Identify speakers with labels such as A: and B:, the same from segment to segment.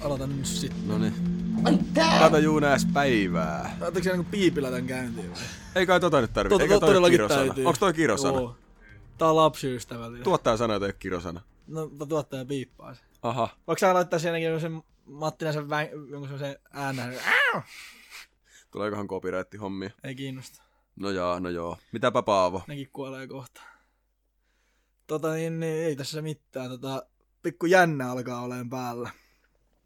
A: aloitan nyt sit.
B: No niin.
C: Ai tää!
B: Tätä juu nääs päivää.
A: Laitetaanko siellä niinku piipillä tän käyntiin? vai?
B: Ei kai tota nyt tarvitse.
A: Totta-
B: Eikä toi
A: to-
B: ole
A: todellakin
B: kirosana.
A: täytyy.
B: Onks toi kirosana?
A: Joo. Tää on lapsiystävällinen.
B: Tuottaja sanoi, että ei ole kirosana.
A: No, mutta tuottaja piippaa sen.
B: Aha.
A: Voiko sä laittaa sen jonkun sen Mattina sen vä- jonkun semmosen äänen?
B: Tuleekohan copyrightti hommia?
A: Ei kiinnosta.
B: No jaa, no joo. Mitäpä Paavo?
A: Nekin kuolee kohta. Tota niin, niin ei tässä mitään. Tota, pikku jännä alkaa olemaan päällä.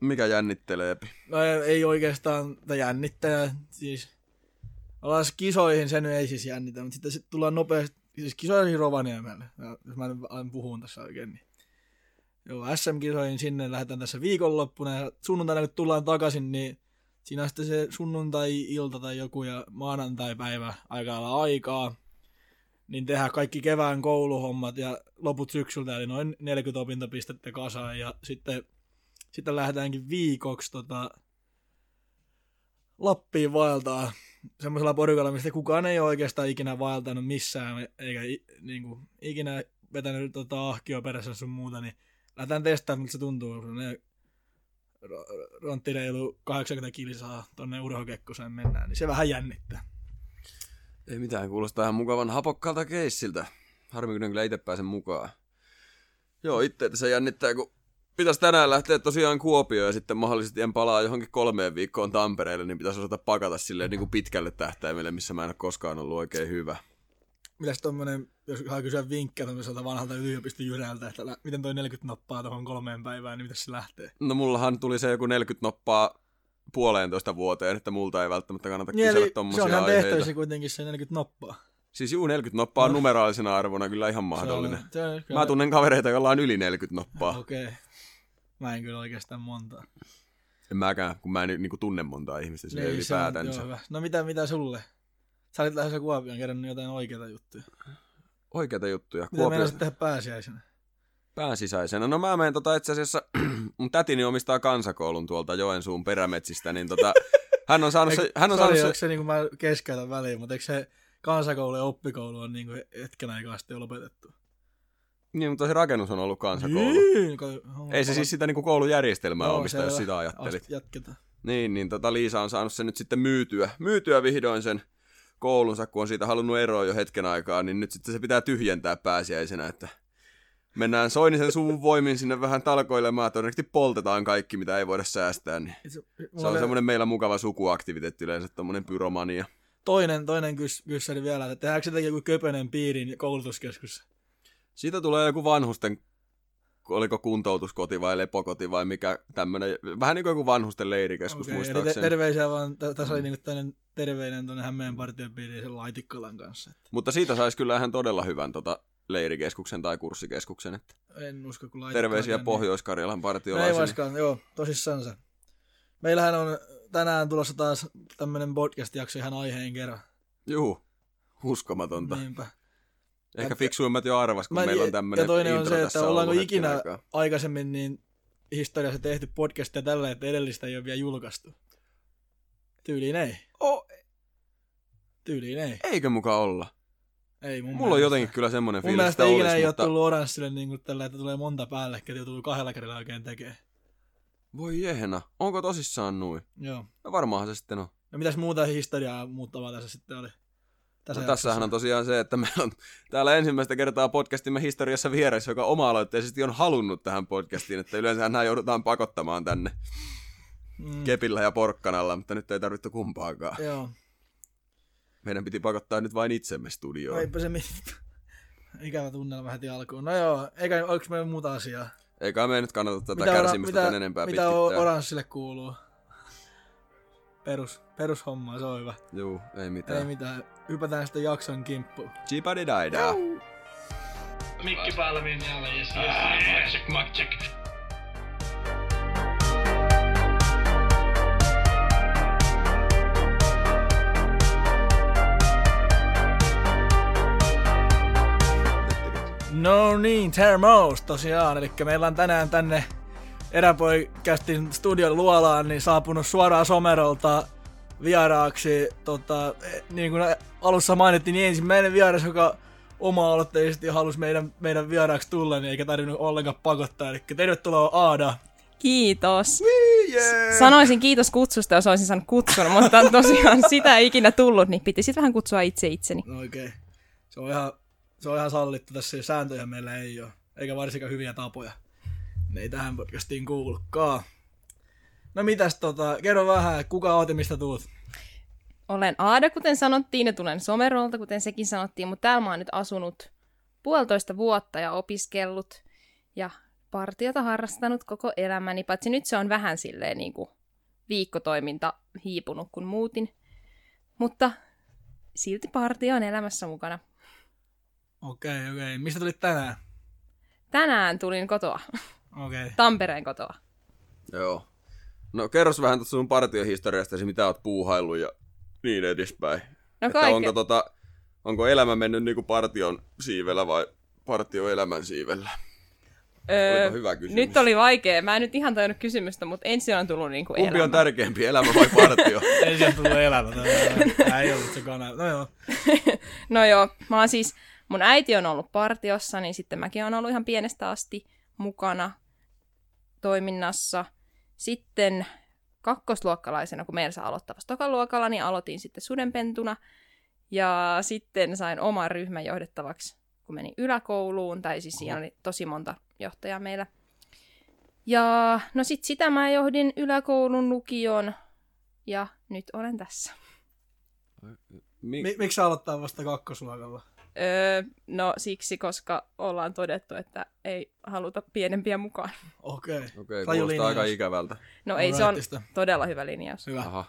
B: Mikä jännitteleepi?
A: No ei, ei oikeastaan tätä jännittää. Siis ollaan kisoihin, se nyt ei siis jännitä, mutta sitten sit tullaan nopeasti siis kisoihin Rovaniemelle, Ja jos mä nyt alan puhun tässä oikein. Niin. Joo, SM-kisoihin sinne lähdetään tässä viikonloppuna ja sunnuntaina kun tullaan takaisin, niin siinä on sitten se sunnuntai-ilta tai joku ja maanantai-päivä aika lailla aikaa. Niin tehdään kaikki kevään kouluhommat ja loput syksyltä, eli noin 40 opintopistettä kasaan ja sitten sitten lähdetäänkin viikoksi tota, Lappiin vaeltaa semmoisella porukalla, mistä kukaan ei ole oikeastaan ikinä vaeltanut missään, eikä i- niinku, ikinä vetänyt tota, ahkio perässä sun muuta, niin lähdetään testaamaan, miltä se tuntuu. Ne Rontti reilu 80 kilsaa tonne Urho Kekkoseen mennään, niin se vähän jännittää.
B: Ei mitään, kuulostaa ihan mukavan hapokkaalta keissiltä. Harmi, kun en kyllä itse pääsen mukaan. Joo, itse että se jännittää, kun pitäisi tänään lähteä tosiaan Kuopioon ja sitten mahdollisesti en palaa johonkin kolmeen viikkoon Tampereelle, niin pitäisi osata pakata silleen niin kuin pitkälle tähtäimelle, missä mä en ole koskaan ollut oikein hyvä.
A: Mitäs tommonen, jos saa kysyä vinkkejä tämmöiseltä vanhalta yliopistojyrältä, että lä- miten toi 40 nappaa tuohon kolmeen päivään, niin mitäs se lähtee?
B: No mullahan tuli se joku 40 noppaa puoleentoista vuoteen, että multa ei välttämättä kannata
A: Niin,
B: kysellä
A: eli se
B: tommosia
A: on ihan
B: aiheita.
A: tehtävissä kuitenkin se 40 nappaa.
B: Siis juu, 40 noppaa on numeraalisena arvona kyllä ihan mahdollinen.
A: Se on, se on, kyllä-
B: Mä tunnen kavereita, joilla on yli 40 noppaa.
A: Okei. Okay. Mä en kyllä oikeastaan monta.
B: En mäkään, kun mä en niinku tunne montaa ihmistä sille
A: Niin, se on-
B: ylipäätänsä.
A: joo, hyvä. No mitä, mitä sulle? Sä olit lähdössä Kuopioon kerännyt jotain oikeita juttuja. Mitä
B: Oikeita juttuja.
A: Kuopio...
B: Kuopio
A: meinasit tehdä pääsiäisenä?
B: pään sisäisenä. No mä menen tota itse asiassa, mun tätini omistaa kansakoulun tuolta Joensuun perämetsistä, niin tota, hän on saanut se, hän
A: Sori,
B: on saanut se,
A: onko se niin kuin mä keskeytän väliin, mutta eikö se kansakoulu ja oppikoulu on niin kuin hetken aikaa sitten jo lopetettu?
B: niin, mutta se rakennus on ollut kansakoulu.
A: Niin, kun- homma-
B: Ei se siis sitä niinku koulujärjestelmää
A: Joo,
B: omista, jos
A: selvä.
B: sitä ajattelit.
A: Ast- Jatketaan.
B: Niin, niin tota Liisa on saanut sen nyt sitten myytyä. Myytyä vihdoin sen koulunsa, kun on siitä halunnut eroa jo hetken aikaa, niin nyt sitten se pitää tyhjentää pääsiäisenä, että mennään Soinisen suvun voimin sinne vähän talkoilemaan, todennäköisesti poltetaan kaikki, mitä ei voida säästää, niin
A: Itse-
B: se
A: mulla
B: on
A: oli-
B: semmoinen meillä mukava sukuaktiviteetti yleensä, tommonen pyromania.
A: Toinen, toinen kys, kyssäri vielä, että tehdäänkö sitäkin joku köpönen piirin koulutuskeskus?
B: Siitä tulee joku vanhusten, oliko kuntoutuskoti vai lepokoti vai mikä tämmönen, vähän niin kuin joku vanhusten leirikeskus okay,
A: eli te-
B: muistaakseni.
A: terveisiä vaan, tä- tässä oli niinku toinen terveinen tuonne Hämeen partion piiriin sen Laitikkalan kanssa. että
B: Mutta siitä saisi kyllä ihan todella hyvän tota, leirikeskuksen tai kurssikeskuksen, että
A: En usko, kun Laitikkala
B: Terveisiä
A: käy,
B: Pohjois-Karjalan
A: Niin. No ei
B: partiolaisille.
A: vaiskaan, joo, tosissansa. Meillähän on tänään tulossa taas tämmönen podcast-jakso ihan aiheen kerran.
B: Juu, uskomatonta. Niin.
A: Niinpä.
B: Ehkä
A: Että-
B: fiksuimmat jo arvas, kun
A: Mä-
B: meillä on
A: ja-
B: tämmöinen
A: ja toinen on
B: intro
A: se,
B: tässä
A: että ollaanko
B: ollut hetken
A: ikinä-
B: aikaa.
A: Aikaisemmin niin historiassa tehty podcastia tällä, että edellistä ei ole vielä julkaistu. Tyyliin ei.
B: O,
A: Tyyliin ei.
B: eikö muka olla?
A: Ei mun
B: Mulla on
A: mielestä.
B: jotenkin kyllä semmoinen
A: Mun
B: fiilis,
A: mielestä
B: että
A: ikinä
B: olisi,
A: ei
B: mutta...
A: ole tullut oranssille niin kuin tällä, että tulee monta päällekkäin, ei ole tullut kahdella kerralla oikein tekee.
B: Voi jehna, onko tosissaan nuin?
A: Joo.
B: No varmaanhan se sitten on.
A: No mitäs muuta historiaa muuttavaa tässä sitten oli?
B: Tässä
A: jaksossa?
B: no, tässähän on tosiaan se, että meillä on täällä ensimmäistä kertaa podcastimme historiassa vieressä, joka oma-aloitteisesti on halunnut tähän podcastiin, että yleensä nämä joudutaan pakottamaan tänne
A: Mm,
B: kepillä ja porkkanalla, mutta nyt ei tarvittu kumpaakaan.
A: joo.
B: Meidän piti pakottaa nyt vain itsemme studioon.
A: Eipä se mitään. Ikävä tunnelma heti alkuun. No joo, eikä oliko meillä muuta asiaa?
B: Eikä me ei nyt kannata tätä
A: ora-
B: Tuota kärsimystä mitä, tämän enempää
A: mitä o-
B: pitkittää.
A: oranssille kuuluu? Perus, perushomma, se on hyvä.
B: Juu, ei
A: Ei
B: mitään.
A: mitään, hypätään sitten jakson kimppuun.
B: Chipadi daida.
D: Mikki päällä minjalla, jes, jes. Mak check, mak check.
A: No niin, Termos tosiaan. Eli meillä on tänään tänne Eräpoikästin studion luolaan niin saapunut suoraan Somerolta vieraaksi. Tota, eh, niin kuin alussa mainittiin, niin ensimmäinen vieras, joka oma-aloitteisesti halusi meidän, meidän vieraaksi tulla, niin eikä tarvinnut ollenkaan pakottaa. Eli tervetuloa Aada.
E: Kiitos.
B: jee!
C: Sanoisin kiitos kutsusta, jos olisin saanut kutsun, mutta tosiaan sitä ei ikinä tullut, niin piti sitten vähän kutsua itse itseni.
A: No okei. Okay. Se on ihan, se on ihan sallittu tässä, ja sääntöjä meillä ei ole. Eikä varsinkaan hyviä tapoja. Ne ei tähän podcastiin kuulukaan. No mitäs tota, kerro vähän, kuka oot ja mistä tuut?
C: Olen Aada, kuten sanottiin, ja tulen Somerolta, kuten sekin sanottiin, mutta täällä mä oon nyt asunut puolitoista vuotta ja opiskellut ja partiota harrastanut koko elämäni, paitsi nyt se on vähän silleen niin kuin viikkotoiminta hiipunut, kun muutin. Mutta silti partio on elämässä mukana.
A: Okei, okay, okei. Okay. Mistä tulit tänään?
C: Tänään tulin kotoa,
A: Okei. Okay.
C: Tampereen kotoa.
B: Joo. No kerros vähän tuosta sun partiohistoriasta, mitä oot puuhaillut ja niin edespäin.
C: No
B: että
C: kaikke-
B: onko, tota, onko elämä mennyt niinku partion siivellä vai partioelämän siivellä? Olipa hyvä kysymys.
C: Öö, nyt oli vaikea. Mä en nyt ihan tajunnut kysymystä, mutta ensin on tullut niin kuin
B: Kumpi
C: elämä.
B: on tärkeämpi, elämä vai partio?
A: Ei sieltä tullut elämä. Tämä ei ollut se kanava. No joo.
C: No joo, mä oon siis, mun äiti on ollut partiossa, niin sitten mäkin on ollut ihan pienestä asti mukana toiminnassa. Sitten kakkosluokkalaisena, kun meillä saa aloittaa vasta tokaluokalla, niin aloitin sitten sudenpentuna. Ja sitten sain oman ryhmän johdettavaksi, kun menin yläkouluun, tai siis siinä oli tosi monta johtajaa meillä. Ja no sit sitä mä johdin yläkoulun lukion, ja nyt olen tässä.
B: Mi-
A: Mi- miksi sä aloittaa vasta kakkosluokalla?
C: Öö, no siksi, koska ollaan todettu, että ei haluta pienempiä mukaan.
A: Okei. Okay.
B: Okei,
A: Raju
B: kuulostaa aika
A: linjaus.
B: ikävältä.
C: No ei, se on
A: Alrightista.
C: todella hyvä linjaus.
A: Hyvä.
B: Aha.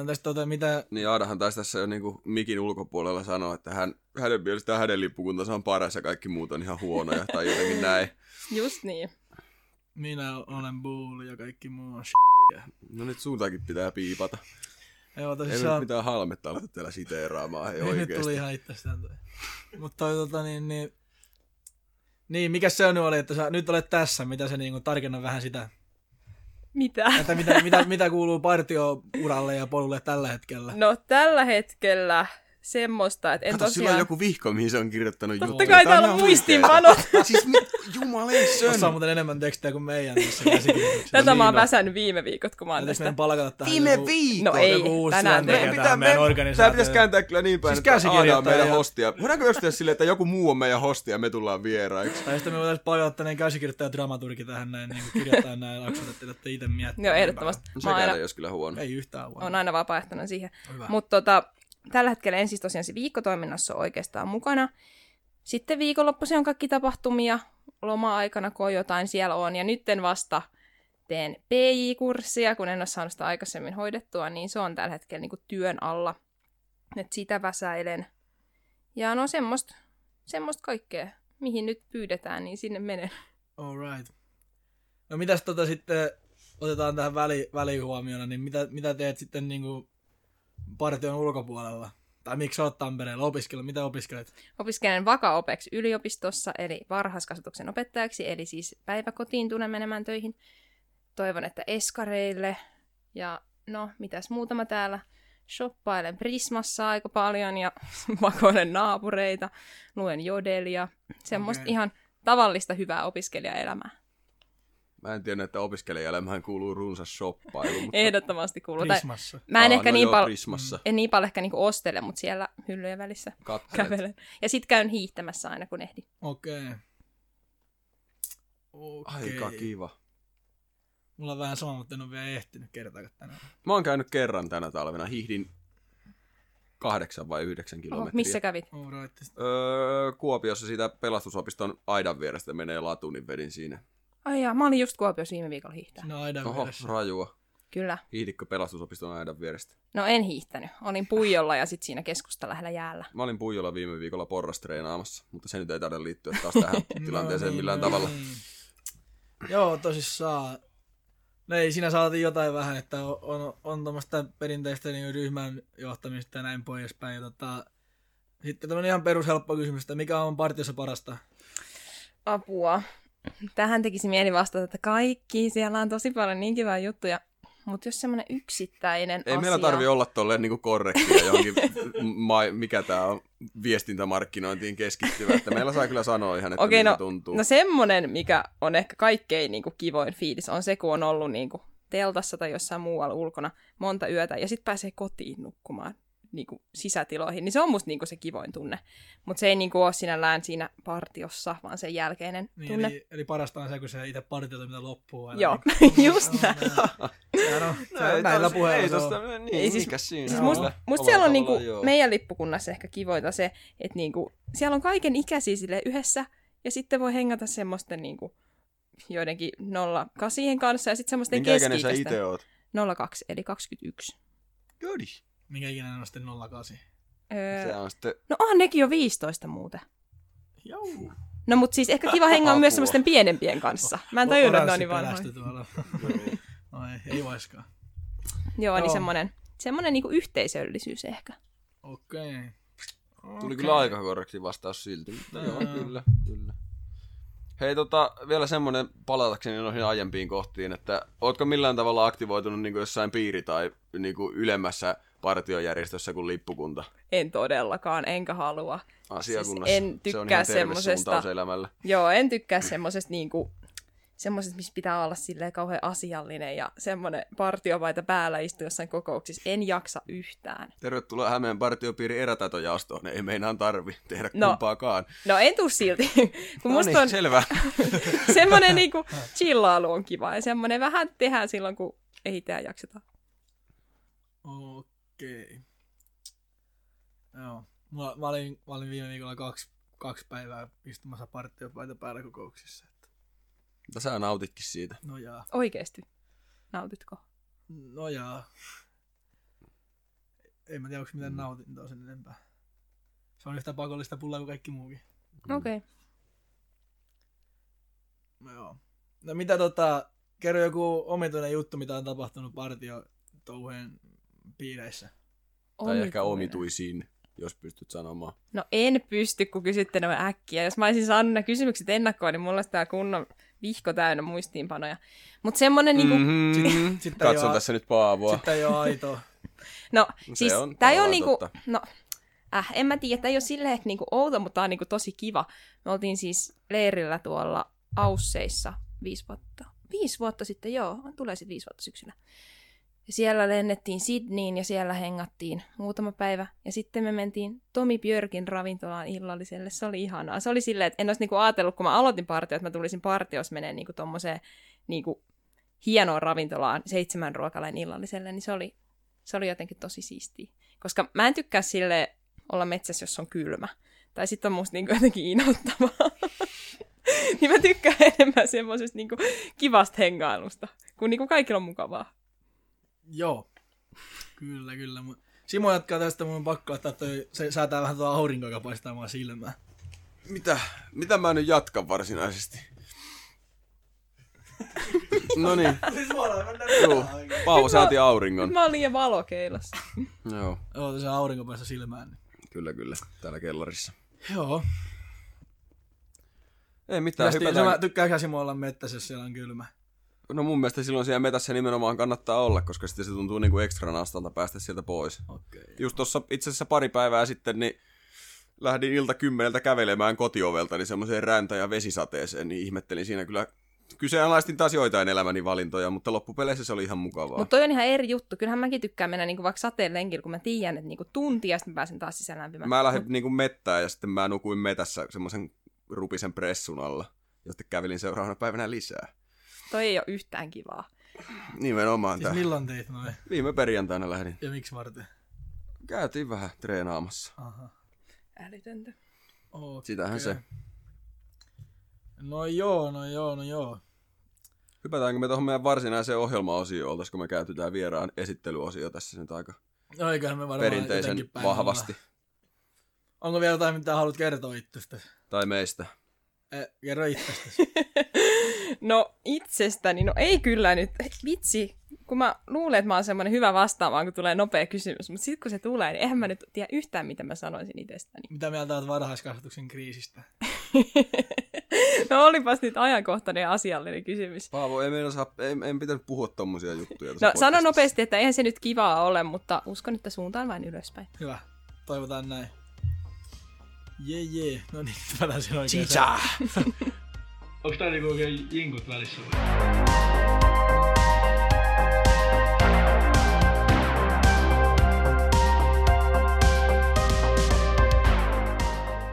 A: Entäs tota, mitä...
B: Niin Aadahan taisi tässä jo niinku mikin ulkopuolella sanoa, että hän, hänen mielestään hänen lippukuntansa on paras ja kaikki muut on ihan huonoja tai jotenkin näin.
C: Just niin.
A: Minä olen buuli ja kaikki muu on s***.
B: No nyt suutakin pitää piipata.
A: Joo,
B: Ei nyt
A: tosissaan.
B: mitään halmetta aleta täällä siteeraamaan, ei
A: Nyt
B: oikeesti.
A: tuli ihan itsestään toi. Mutta toi, tota, niin, niin, niin, mikä se on nyt oli, että sä nyt olet tässä, mitä se niinku, tarkenna vähän sitä,
C: Mitä?
A: että mitä, mitä, mitä kuuluu partiouralle ja polulle tällä hetkellä.
C: No tällä hetkellä semmoista, että en
B: Kato, sillä on
C: tosiaan...
B: joku vihko, mihin se on kirjoittanut juttuja.
C: Totta kai
B: Tää on
C: täällä on
B: ihan huikeeta.
C: muistiinpanot.
B: Siis mi- jumaleissön.
A: Tässä on muuten enemmän tekstejä kuin meidän tässä käsikirjoituksessa.
C: Tätä mä oon
B: niin on.
C: väsännyt viime viikot, kun mä oon
A: Pitäis
C: tästä...
A: meidän palkata tähän joku-
B: viikko.
C: No ei,
A: joku uusi
C: tänään
A: työntekijä
C: tehdään.
A: tähän niinku- meidän organisaatioon.
B: Tämä pitäisi kääntää kyllä niin päin,
A: Siis
B: siis että Aada on
A: käsikirjoittaja
B: meidän
A: ja-
B: hostia. Voidaanko joskus tehdä silleen, että joku muu on meidän hostia ja me tullaan vieraiksi?
A: Tai sitten me voitaisiin palkata tänne käsikirjoittaja ja dramaturgi tähän näin, niin kirjoittaa näin jaksot, että te itse miettiä.
C: Joo, ehdottomasti. Mä
B: Sekään
C: oon aina,
B: ei olisi kyllä huono.
A: Ei yhtään voi.
C: on aina vapaaehtoinen siihen.
A: Hyvä.
C: Mutta tota, tällä hetkellä en siis tosiaan se viikkotoiminnassa ole oikeastaan mukana. Sitten viikonloppuisin on kaikki tapahtumia loma-aikana, kun jotain siellä on. Ja nytten vasta teen PJ-kurssia, kun en ole saanut sitä aikaisemmin hoidettua, niin se on tällä hetkellä niin työn alla. Et sitä väsäilen. Ja no semmoista semmoist kaikkea, mihin nyt pyydetään, niin sinne menen.
A: Alright. No mitäs tota sitten otetaan tähän väli, välihuomiona, niin mitä, mitä teet sitten niinku partion ulkopuolella? Tai miksi sä oot Tampereella opiskella? Mitä opiskelet?
C: Opiskelen vakaopeksi yliopistossa, eli varhaiskasvatuksen opettajaksi, eli siis päiväkotiin tulen menemään töihin. Toivon, että eskareille. Ja no, mitäs muutama täällä. Shoppailen Prismassa aika paljon ja vakoilen naapureita, luen jodelia. Semmoista
A: Okei.
C: ihan tavallista hyvää opiskelijaelämää.
B: Mä en tiedä, että opiskelijaelämään kuuluu runsas shoppailu. Mutta...
C: Ehdottomasti kuuluu. Tai,
A: Prismassa.
C: mä en
B: Aa,
C: ehkä
B: no
C: niin
B: joo,
C: paljon...
B: Prismassa.
C: En niin paljon ehkä niinku ostele, mutta siellä hyllyjen välissä
B: Kattelet.
C: kävelen. Ja sit käyn hiihtämässä aina, kun ehdin.
A: Okei. Okay. Okei.
B: Aika
A: Okay.
B: kiva.
A: Mulla on vähän sama, mutta en ole vielä ehtinyt kertaakaan tänään.
B: Mä oon käynyt kerran tänä talvena. Hiihdin kahdeksan vai yhdeksän
C: Oho,
B: kilometriä.
C: missä kävit?
A: Alright.
B: Öö, Kuopiossa siitä pelastusopiston aidan vierestä menee latu, niin vedin siinä.
C: Ai jaa, mä olin just Kuopiossa viime viikolla hiihtää.
A: Siinä on aidan
B: Oho,
A: vieressä.
B: rajua.
C: Kyllä.
B: Hiihdikö pelastusopiston aidan vierestä?
C: No en hiihtänyt. Olin puijolla ja sitten siinä keskusta lähellä jäällä.
B: Mä olin Puijolla viime viikolla porrastreenaamassa, mutta se nyt ei tarvitse liittyä taas tähän tilanteeseen millään tavalla.
A: niin. No Joo, tosissaan. No ei, siinä saatiin jotain vähän, että on, on, on tuommoista perinteistä niin ryhmän johtamista ja näin poispäin. Ja tota, sitten tämmöinen ihan perushelppo kysymys, että mikä on partiossa parasta?
C: Apua. Tähän tekisi mieli vastata, että kaikki. Siellä on tosi paljon niin kivää juttuja. Mutta jos semmoinen yksittäinen
B: Ei
C: asia...
B: meillä tarvi olla tolleen niinku korrektia johonkin, ma- mikä tämä on, viestintämarkkinointiin keskittyvä. Että meillä saa kyllä sanoa ihan, että
C: Okei,
B: miltä tuntuu.
C: No semmonen, mikä on ehkä kaikkein niinku kivoin fiilis, on se, kun on ollut niinku teltassa tai jossain muualla ulkona monta yötä ja sitten pääsee kotiin nukkumaan niin kuin sisätiloihin, niin se on musta niin kuin se kivoin tunne. Mutta se ei niin kuin ole sinällään siinä partiossa, vaan sen jälkeinen
A: Niin,
C: tunne.
A: eli, eli parasta on se, kun se itse partiotoiminta loppuu aina. Niin-
C: Joo, just näin. No
A: Sehän on, sehän on näillä
B: Ei
A: puheilla. se on.
B: tosta, niin, ei,
C: Ei, siis-
B: siis, mikä siinä
C: Siis
A: Joo.
C: must,
B: Omalla
C: must siellä on niinku,
B: tavallaan, joo.
C: meidän lippukunnassa ehkä kivoita se, että niinku, siellä on kaiken ikäisiä sille yhdessä, ja sitten voi hengata semmoisten niinku, joidenkin 08 kanssa, ja sitten semmoisten
B: Minkä ikäinen sä
C: keski
B: itse oot?
C: 02, eli 21.
B: Jodi.
A: Minkä ikinä on sitten 08.
C: Öö,
B: Se on sitten...
C: no on nekin jo 15 muuten.
A: Jau.
C: No mut siis ehkä kiva hengaa
B: Apua.
C: myös semmoisten pienempien kanssa. Mä en tajunnut, että ne on niin vanhoja.
A: Oranssi pelästy tuolla.
B: niin.
A: No ei, ei vaiskaan.
C: Joo, niin
A: Joo.
C: semmoinen, semmoinen niinku yhteisöllisyys ehkä.
A: Okei. Okay.
B: Tuli kyllä aika korrekti vastaus silti, mutta joo,
A: Joo.
B: kyllä, kyllä. Hei, tota, vielä semmonen palatakseni noihin aiempiin kohtiin, että ootko millään tavalla aktivoitunut niin jossain piiri- tai niin ylemmässä partiojärjestössä kuin lippukunta
C: En todellakaan, enkä halua.
B: asiakunnassa?
C: Siis en
B: se on
C: tykkää
B: ihan terve
C: semmosesta.
B: suuntaus elämällä.
C: Joo, en tykkää semmosesta niinku, semmosesta, missä pitää olla silleen kauhean asiallinen ja semmoinen partiopaita päällä istua jossain kokouksissa. En jaksa yhtään.
B: Tervetuloa Hämeen partiopiiri erätaitojaostoon, ei meinaan tarvi tehdä
C: No.
B: no. kumpaakaan.
C: No en tuu silti,
B: No
C: kun musta on
B: niin, selvä.
C: semmoinen niinku chillailu on kiva ja semmoinen vähän tehdään silloin, kun ei itseä jakseta.
A: Okei. Okay. Joo. Mulla, mä, olin, mä olin viime viikolla kaksi, kaksi päivää istumassa partiopaita päällä kokouksissa. Että,
B: Mutta sä nautitkin siitä.
A: no jaa.
C: Oikeesti. Nautitko?
B: Mm.
A: No jaa. En mä tiedä, onko mitään nautintoa sen enempää. Se on yhtä pakollista pullaa kuin kaikki muukin.
C: Okei. Okay.
A: No joo. No mitä tota, kerro joku omituinen juttu, mitä on tapahtunut partio touheen piireissä.
B: Tai ehkä omituisiin, jos pystyt sanomaan.
C: No en pysty, kun kysytte noin äkkiä. Jos mä olisin saanut nämä kysymykset ennakkoon, niin mulla olisi tää kunnon vihko täynnä muistiinpanoja. Mutta semmonen niinku,
B: Mm-hmm.
A: Sitten ei
B: Katson
A: oo-
B: tässä nyt Paavoa.
A: Sitten ei ole aitoa.
C: No,
B: No se
C: siis
B: on
C: tää ei ole
B: tavallaan
C: niinku,
B: totta.
C: no, äh, en mä tiedä, tää ei ole silleen ehkä niinku outo, mutta tää on niinku tosi kiva. Me oltiin siis leirillä tuolla Ausseissa viisi vuotta. Viisi vuotta sitten, joo, tulee sitten viisi vuotta syksyllä. Ja siellä lennettiin Sydneyin ja siellä hengattiin muutama päivä. Ja sitten me mentiin Tomi Björkin ravintolaan illalliselle. Se oli ihanaa. Se oli silleen, että en olisi niinku ajatellut, kun mä aloitin partio, että mä tulisin partiossa menee niinku tommoseen niinku hienoon ravintolaan seitsemän ruokaleen illalliselle, niin se oli, se oli jotenkin tosi siistiä. Koska mä en tykkää sille olla metsässä, jos on kylmä. Tai sitten on musta niinku jotenkin inhottavaa. niin mä tykkään enemmän semmoisesta niinku kivasta hengailusta, kun niinku kaikilla on mukavaa.
A: Joo. Kyllä, kyllä. Mu- Simo jatkaa tästä, mun on pakko ottaa toi, se säätää vähän tuo aurinko, joka paistaa mua silmään.
B: Mitä? Mitä mä nyt jatkan varsinaisesti? no niin, juu. Paavo sääti
C: Nyt
B: auringon.
C: mä oon liian valokeilossa.
B: Joo,
A: Joo, se aurinko paistaa silmään. Niin.
B: kyllä kyllä, täällä kellarissa.
A: Joo.
B: Ei mitään,
A: Tästä
B: hypätään.
A: mä tykkääkö Simo olla mettässä, jos siellä on kylmä?
B: No mun mielestä silloin siellä metässä nimenomaan kannattaa olla, koska sitten se tuntuu niinku ekstra nastalta päästä sieltä pois.
A: Okei. Okay.
B: Just tuossa itse asiassa pari päivää sitten, niin lähdin ilta kymmeneltä kävelemään kotiovelta, niin semmoiseen räntä- ja vesisateeseen, niin ihmettelin siinä kyllä. Kyseenalaistin taas joitain elämäni valintoja, mutta loppupeleissä se oli ihan mukavaa.
C: Mutta toi on ihan eri juttu. Kyllähän mäkin tykkään mennä niinku vaikka sateen lenkillä, kun mä tiedän, että niinku tunti ja sitten mä pääsen taas sisään lämpimään.
B: Mä lähdin niinku mettään ja sitten mä nukuin metässä semmoisen rupisen pressun alla. Ja sitten kävelin seuraavana päivänä lisää.
C: Toi ei ole yhtään kivaa.
B: Nimenomaan
A: Siis
B: tää.
A: milloin teit noin?
B: Viime perjantaina lähdin.
A: Ja miksi varten?
B: Käytiin vähän treenaamassa.
A: Aha.
C: Älytöntä.
A: Okay.
B: Sitähän se.
A: No joo, no joo, no joo.
B: Hypätäänkö me tuohon meidän varsinaiseen ohjelmaosioon, oltaisiko me käytetään vieraan esittelyosio tässä nyt aika
A: No eiköhän me varmaan
B: perinteisen
A: jotenkin päin
B: vahvasti.
A: olla. Onko vielä jotain, mitä haluat kertoa itsestäsi?
B: Tai meistä.
A: Eh, kerro itsestäsi.
C: No itsestäni, no ei kyllä nyt. Vitsi, kun mä luulen, että mä oon semmoinen hyvä vastaamaan, kun tulee nopea kysymys, mutta sitten kun se tulee, niin eihän mä nyt tiedä yhtään, mitä mä sanoisin itsestäni.
A: Mitä mieltä olet varhaiskasvatuksen kriisistä?
C: No olipas nyt ajankohtainen ja asiallinen kysymys.
B: Paavo, ei meidän saa, ei, en pitänyt puhua tommosia juttuja. tässä
C: No sano
B: podcastissa.
C: nopeasti, että eihän se nyt kivaa ole, mutta uskon, että suuntaan vain ylöspäin.
A: Hyvä. Toivotaan näin. Jee jee. No niin, nyt mä sen oikein.
D: Onks tää niinku oikein jinkut välissä vai?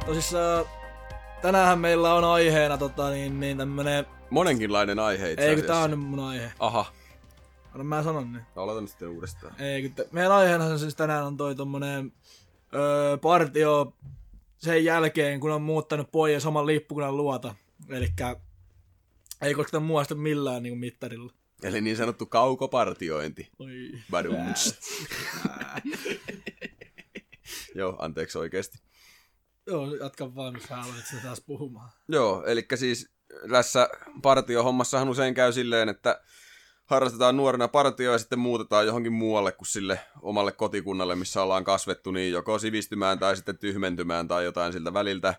A: Tosissaan tänäänhän meillä on aiheena tota, niin, niin tämmönen...
B: Monenkinlainen aihe itse
A: Ei kun tää
B: asiassa.
A: on nyt mun aihe.
B: Aha, no
A: Anna mä sanon niin.
B: aloitan sitten uudestaan.
A: Ei kun t- meidän aiheena siis tänään on toi tommonen öö, partio sen jälkeen, kun on muuttanut pois saman lippukunnan luota. Elikkä ei kosketa muusta millään niinku mittarilla.
B: Eli niin sanottu kaukopartiointi.
A: Oi.
B: Badum. Joo, anteeksi oikeesti.
A: Joo, jatka vaan, jos sä aloit sitä taas puhumaan.
B: Joo, eli siis tässä partiohommassahan usein käy silleen, että harrastetaan nuorena partioa ja sitten muutetaan johonkin muualle kuin sille omalle kotikunnalle, missä ollaan kasvettu, niin joko sivistymään tai sitten tyhmentymään tai jotain siltä väliltä.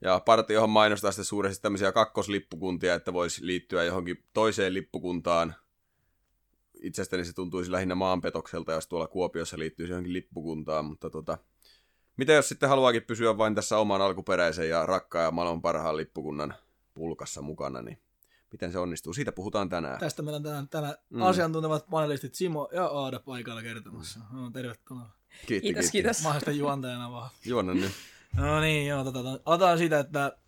B: Ja partiohan mainostaa sitten suuresti tämmöisiä kakkoslippukuntia, että voisi liittyä johonkin toiseen lippukuntaan. Itsestäni se tuntuisi lähinnä maanpetokselta, jos tuolla Kuopiossa liittyisi johonkin lippukuntaan, mutta tota, mitä jos sitten haluaakin pysyä vain tässä oman alkuperäisen ja rakkaan ja maailman parhaan lippukunnan pulkassa mukana, niin miten se onnistuu? Siitä puhutaan tänään.
A: Tästä meillä on tänään, tänään
B: Mm.
A: mm. asiantuntevat panelistit Simo ja Aada paikalla kertomassa. No, tervetuloa.
B: Kiitti,
C: Kiitos, kiitos.
A: Mä oon sitä juontajana vaan.
B: Juona nyt.
A: No niin, joo, tota, tota, otetaan sitä, että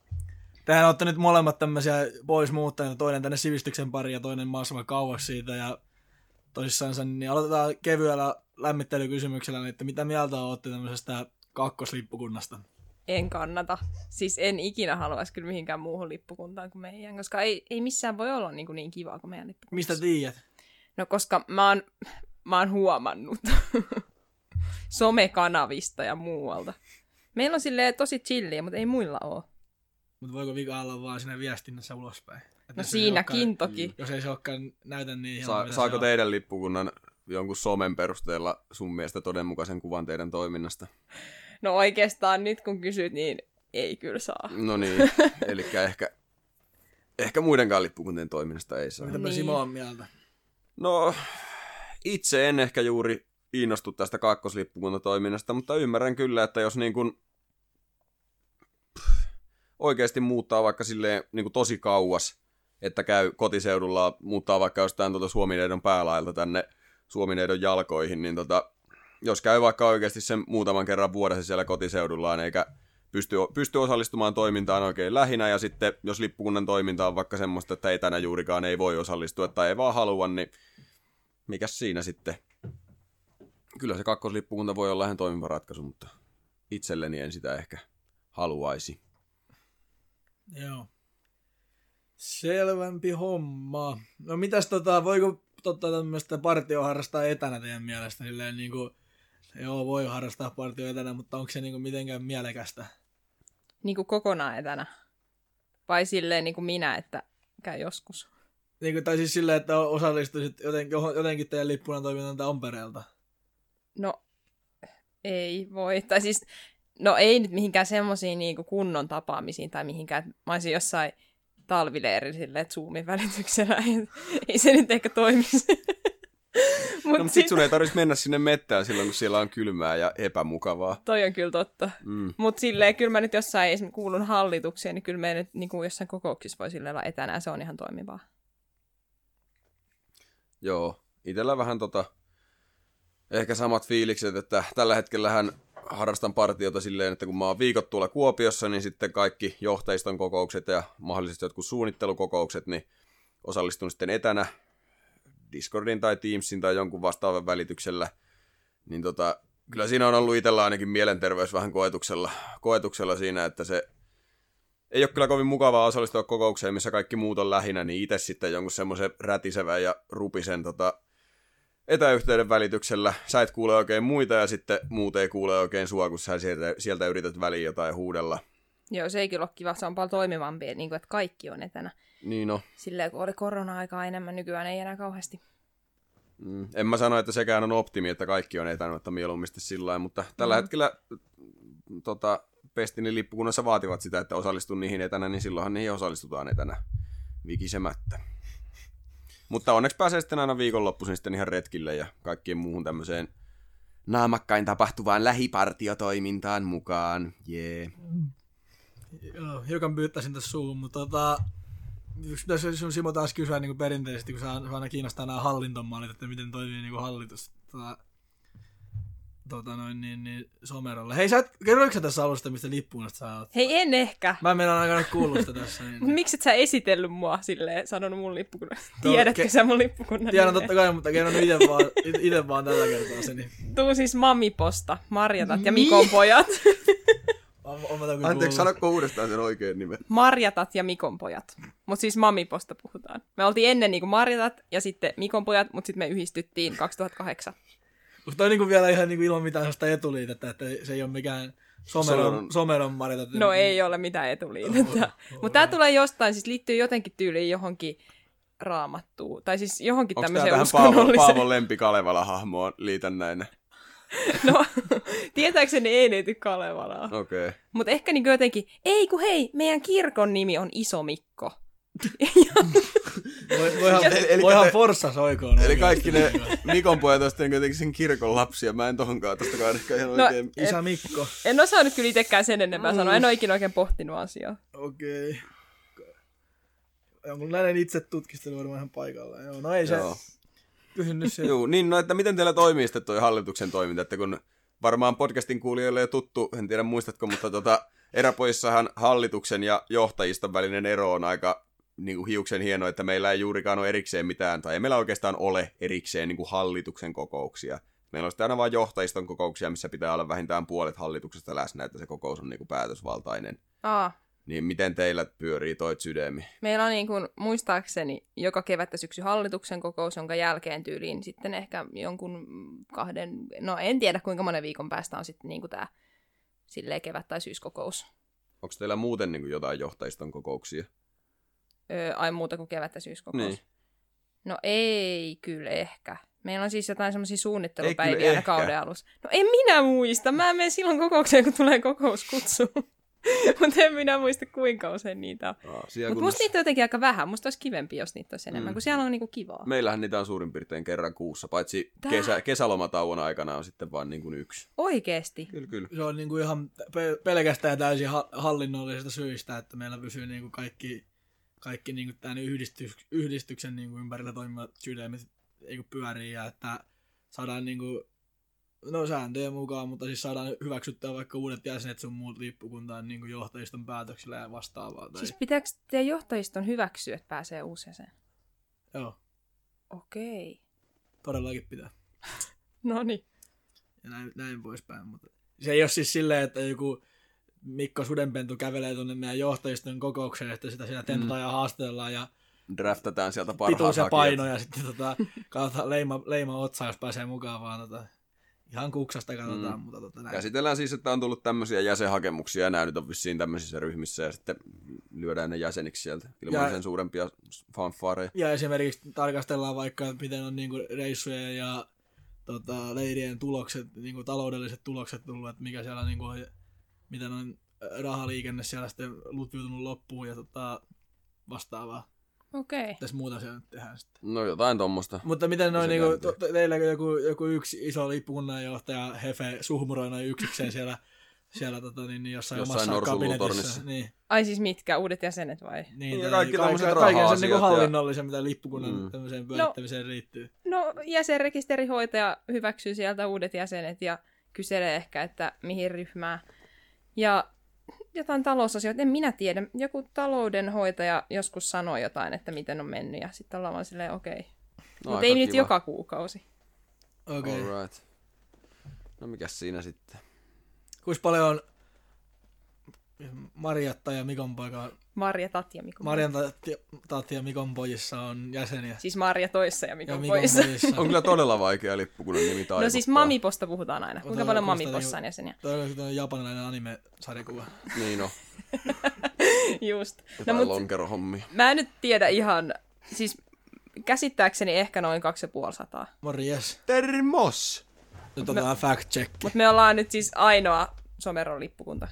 A: tehän olette nyt molemmat tämmöisiä pois muuttajia, toinen tänne sivistyksen pari ja toinen mahdollisimman kauas siitä, ja tosissaansa, niin aloitetaan kevyellä lämmittelykysymyksellä, niin että mitä mieltä olette tämmöisestä kakkoslippukunnasta?
C: En kannata. Siis en ikinä haluaisi kyllä mihinkään muuhun lippukuntaan kuin meidän, koska ei, ei missään voi olla niin, kuin niin kivaa kuin meidän lippukunta.
A: Mistä tiedät?
C: No koska mä oon, mä oon huomannut somekanavista ja muualta. Meillä on silleen tosi chilliä, mutta ei muilla No, ole.
A: Mutta voiko vika olla vaan siinä viestinnässä ulospäin? Että
C: No
A: jos ei se olekaan-
C: siinäkin toki.
A: Jos ei se olekaan näytä niin hienolta,
B: Sa-
A: mitä se
B: saako
A: on.
B: teidän lippukunnan jonkun somen perusteella sun mielestä todenmukaisen kuvan teidän toiminnasta?
C: No oikeastaan nyt kun kysyt, niin ei kyllä saa.
B: No niin, eli ehkä, ehkä muidenkaan lippukuntien toiminnasta ei saa.
A: Mitä niin.
C: Niin.
A: Simo on mieltä?
B: No, itse en ehkä juuri innostu tästä kakkoslippukuntatoiminnasta, mutta ymmärrän kyllä, että jos niin kuin oikeasti muuttaa vaikka silleen niin kuin tosi kauas, että käy kotiseudulla, muuttaa vaikka jostain tuolta Suomineidon päälailta tänne Suomineidon jalkoihin, niin tota, jos käy vaikka oikeasti sen muutaman kerran vuodessa siellä kotiseudullaan, eikä pysty, pysty osallistumaan toimintaan oikein lähinä, ja sitten jos lippukunnan toiminta on vaikka semmoista, että ei tänä juurikaan ei voi osallistua tai ei vaan halua, niin mikäs siinä sitten? Kyllä se kakkoslippukunta voi olla ihan toimiva ratkaisu, mutta itselleni en sitä ehkä haluaisi.
A: Joo. Selvämpi homma. No mitäs tota, voiko tota tämmöistä partio harrastaa etänä teidän mielestä? Silleen niinku, joo voi harrastaa partio etänä, mutta onko se niinku mitenkään mielekästä?
C: Niin kuin kokonaan etänä. Vai silleen niin kuin minä, että käy joskus.
A: Niinku, tai siis silleen, että osallistuisit joten, johon- jotenkin teidän lippunan toimintaan tai ompereelta.
C: No ei voi. Tai siis, no ei nyt mihinkään semmoisiin niin kunnon tapaamisiin tai mihinkään. että Mä olisin jossain talvileirillä silleen, että Zoomin välityksellä. Ei, ei se nyt ehkä toimisi. Mut
B: No, mutta
C: sit-
B: sit sun ei tarvitsisi mennä sinne mettään silloin, kun siellä on kylmää ja epämukavaa.
C: Toi on kyllä totta.
B: Mm.
C: Mutta silleen, kyllä mä nyt jossain esimerkiksi kuulun hallitukseen, niin kyllä me nyt niin kuin jossain kokouksissa voi silleen olla etänä, ja se on ihan toimivaa.
B: Joo, itellä vähän tota, ehkä samat fiilikset, että tällä hetkellähän harrastan partiota silleen, että kun mä oon viikot tuolla Kuopiossa, niin sitten kaikki johtajiston kokoukset ja mahdollisesti jotkut suunnittelukokoukset, niin osallistun sitten etänä Discordin tai Teamsin tai jonkun vastaavan välityksellä. Niin tota, kyllä siinä on ollut itsellä ainakin mielenterveys vähän koetuksella, koetuksella siinä, että se ei ole kyllä kovin mukavaa osallistua kokoukseen, missä kaikki muut on lähinnä, niin itse sitten jonkun semmoisen rätisevän ja rupisen tota, etäyhteyden välityksellä. Sä et kuule oikein muita ja sitten muut ei kuule oikein sua, kun sä sieltä, sieltä yrität väliin jotain huudella.
C: Joo, se ei kyllä ole kiva, se on paljon toimivampi, niin kuin, että kaikki on etänä.
B: Niin no.
C: Silleen, kun oli korona-aikaa enemmän, nykyään ei enää kauheasti.
B: Mm, En mä sano, että sekään on optimi, että kaikki on etänä, että mieluummin sitten sillä lailla, mutta tällä mm. hetkellä mm, tota, Pestinin lippukunnassa vaativat sitä, että osallistun niihin etänä, niin silloinhan niihin osallistutaan etänä vikisemättä. Mutta onneksi pääsee sitten aina viikonloppuisin sitten ihan retkille ja kaikkien muuhun tämmöiseen naamakkain tapahtuvaan lähipartiotoimintaan mukaan. Jee. Yeah.
A: Joo, hiukan pyyttäisin tässä suuhun, mutta tota, yksi pitäisi sun Simo taas kysyä niin kuin perinteisesti, kun sä sä aina kiinnostaa nämä hallintomallit, että miten toimii niin kuin hallitus. Tota, niinku tota noin, niin, niin, somerolle. Hei, sä, et- kerroitko sä tässä alusta, mistä lippuunasta sä oot?
C: Hei, en ehkä.
A: Mä meidän on aikana kuullut sitä tässä. Niin.
C: Mut Miksi et sä esitellyt mua silleen, sanonut mun lippukunnan?
A: No,
C: Tiedätkö
A: ke-
C: sä mun lippukunnan?
A: Tiedän
C: nimen?
A: totta kai, mutta kerron itse vaan, it- ite vaan tällä kertaa sen. Niin.
C: Tuu siis Mamiposta, Marjatat ja
A: Mi-
B: Niin.
C: Mikon pojat.
A: On, on mä tämän kyllä kuullut.
B: Anteeksi, sanokko uudestaan sen oikein nimen?
C: Marjatat ja Mikon pojat. Mutta siis Mamiposta puhutaan. Me oltiin ennen niinku Marjatat ja sitten Mikon pojat, mutta sitten me yhdistyttiin 2008.
A: Mutta toi on niinku vielä ihan niinku ilman mitään sellaista etuliitettä, että ei- se ei ole mikään someron,
B: Someron.
A: someron marjata.
C: No
B: Niin.
C: ei ole mitään etuliitettä. Mutta tämä tulee jostain, siis liittyy jotenkin tyyliin johonkin raamattuun. Tai siis johonkin
B: Onko tämä
C: tämmöiseen
B: tähän Paavo,
C: uskonnolliseen.
B: Paavon lempikalevala-hahmoon liitännäinen?
C: No, tietääkseni ei liity Kalevalaa.
B: Okei. Okay.
C: Mutta ehkä niin jotenkin, ei kun hei, meidän kirkon nimi on Iso Mikko.
A: Voi, voihan,
B: Eli- eli-
A: voihan
B: te-
A: Forssa soikoon.
B: Eli
A: oikeasti.
B: kaikki ne Mikon pojat on sitten jotenkin sen kirkon lapsia. Mä en tohonkaan tästä kai ehkä ihan
C: No,
B: oikein.
A: Isä Mikko.
C: En osaa nyt kyllä itsekään sen enempää mm. sanoa, en ole ikinä oikein pohtinut asiaa.
A: Okei. Okay. Mun näiden itse tutkistelu varmaan ihan paikalla. Joo, no ei se.
B: Joo.
A: Kysy nyt se.
B: Joo, niin no, että miten teillä toimii sitten toi hallituksen toiminta, että kun varmaan podcastin kuulijoille jo tuttu, en tiedä muistatko, mutta tota, eräpoissahan hallituksen ja johtajiston välinen ero on aika niin kuin hiuksen hieno, että meillä ei juurikaan ole erikseen mitään, tai ei meillä oikeastaan ole erikseen niin kuin hallituksen kokouksia. Meillä on sitten aina vain johtajiston kokouksia, missä pitää olla vähintään puolet hallituksesta läsnä, että se kokous on niin kuin päätösvaltainen.
C: Aa,
B: Niin miten teillä pyörii toi sydämi?
C: meillä on niin kuin, muistaakseni joka kevät ja syksy hallituksen kokous, jonka jälkeen tyyliin sitten ehkä jonkun kahden, no en tiedä kuinka monen viikon päästä on sitten niin kuin tämä silleen kevät- tai syyskokous.
B: Onko teillä muuten niin kuin jotain johtajiston kokouksia?
C: Öö, ai muuta kuin kevät- ja syyskokous.
B: Niin.
C: No ei kyllä ehkä. Meillä on siis jotain semmoisia
B: Ei
C: suunnittelupäiviä
B: kyllä
C: aina
B: ehkä.
C: kauden alussa. No en minä muista. Mä menen silloin kokoukseen, kun tulee kokouskutsu. Mutta en minä muista, kuinka usein niitä on.
B: Aa, siellä
C: Mutta
B: kun-
C: musta niitä on jotenkin aika vähän. Musta olisi kivempi, jos niitä olisi enemmän,
B: Mm.
C: kun siellä on niinku kivaa.
B: Meillähän niitä on suurin piirtein kerran kuussa, paitsi
C: Tää?
B: kesä, kesälomatauon aikana on sitten vain niin kuin yksi.
C: Oikeesti.
B: Kyllä, kyllä.
A: Se on niinku ihan pe- pelkästään täysin ha- hallinnollisista syistä, että meillä pysyy niinku kaikki, kaikki niinku tämän yhdistys- yhdistyksen niinku ympärillä toimivat sydämet niinku pyörii ja että saadaan niinku, no sääntöjen mukaan, mutta siis saadaan hyväksyttää vaikka uudet jäsenet sun muut lippukuntaan niinku johtajiston päätöksillä ja vastaavaa. Tai,
C: Siis pitääkö teidän johtajiston hyväksyä, että pääsee uusjäsen?
A: Joo,
C: Okei. Okay.
A: todellakin pitää.
C: No niin.
A: ja näin, näin poispäin. Mutta se ei ole siis silleen, että joku Mikko Sudenpentu kävelee tuonne meidän johtajiston kokoukseen, että sitä siellä tentataan mm. ja haastellaan ja
B: Draftataan sieltä parhaat
A: pituus ja
B: hakijat.
A: paino ja sitten tota, katsotaan leima, leima otsa, jos pääsee mukaan vaan tota, ihan kuksasta katsotaan, mm.
B: Mm.
A: mutta tota, näin.
B: Käsitellään siis, että on tullut tämmöisiä jäsenhakemuksia ja nämä nyt on vissiin tämmöisissä ryhmissä ja sitten lyödään ne jäseniksi sieltä ilman
A: Ja-
B: ja... sen suurempia fanfaareja.
A: Ja esimerkiksi tarkastellaan vaikka, että miten on niinku reissujen ja tota, leirien tulokset, niinku taloudelliset tulokset tullut, että mikä siellä niinku, on- miten on rahaliikenne siellä sitten lutviutunut loppuun ja tota, vastaavaa.
C: Okei.
A: Mitäs muuta siellä nyt tehdään sitten?
B: No jotain tommosta.
A: Mutta miten noin,
B: Se
A: niinku,
B: kääntyy.
A: to- teillä kun joku, joku yksi iso lippukunnanjohtaja Hefe suhmuroi noin yksikseen siellä, siellä tota, niin, niin jossain,
B: Jossain
A: jossain omassa kabinetissa.
B: norsunluutornissa.
A: Niin,
C: Ai siis mitkä? Uudet jäsenet vai?
A: niin,
B: Ja
A: tai
B: kaikki
A: kaik-
B: tommoset
A: kaiken sen
B: raha-asiat
A: niinku
B: ja-
A: hallinnollisen, mitä lippukunnan mm.
B: Mm.
A: tämmöiseen pyörittämiseen no. liittyy.
C: No jäsenrekisterihoitaja hyväksyy sieltä uudet jäsenet ja kyselee ehkä, että mihin ryhmään. Ja jotain talousasioita, en minä tiedä. Joku taloudenhoitaja joskus sanoo jotain, että miten on mennyt ja sitten ollaan vaan silleen okei. Okay.
B: No,
C: No, Mutta
B: aika
C: ei nyt
B: kiva.
C: joka kuukausi.
A: Okei. Okay.
B: Alright. No mikäs siinä sitten?
A: Kuinka paljon on Marjatta ja Mikon poika,
C: Marja Tatja Mikko.
A: Marjan Tatti ja Mikon pojissa on jäseniä.
C: Siis Marja toissa ja Mikko
A: ja
C: poissa.
A: pojissa.
B: On kyllä todella vaikea lippukunnan nimi taivuttaa.
C: No siis Mamiposta puhutaan aina. Kuinka
A: Otetaan
C: paljon
A: joku sitä
C: Mamipossa on
A: niinku-
C: jäseniä?
A: Toi on- toi on japanilainen anime-sarjakuva.
B: Niin no,
C: Just. No
B: jotain no,
C: mut
B: lonkerohommia.
C: mä en nyt tiedä ihan, siis käsittääkseni ehkä noin 2500.
A: Morjes.
B: Termos!
A: Nyt otetaan fact check.
C: Mutta me ollaan nyt siis ainoa someron lippukunta.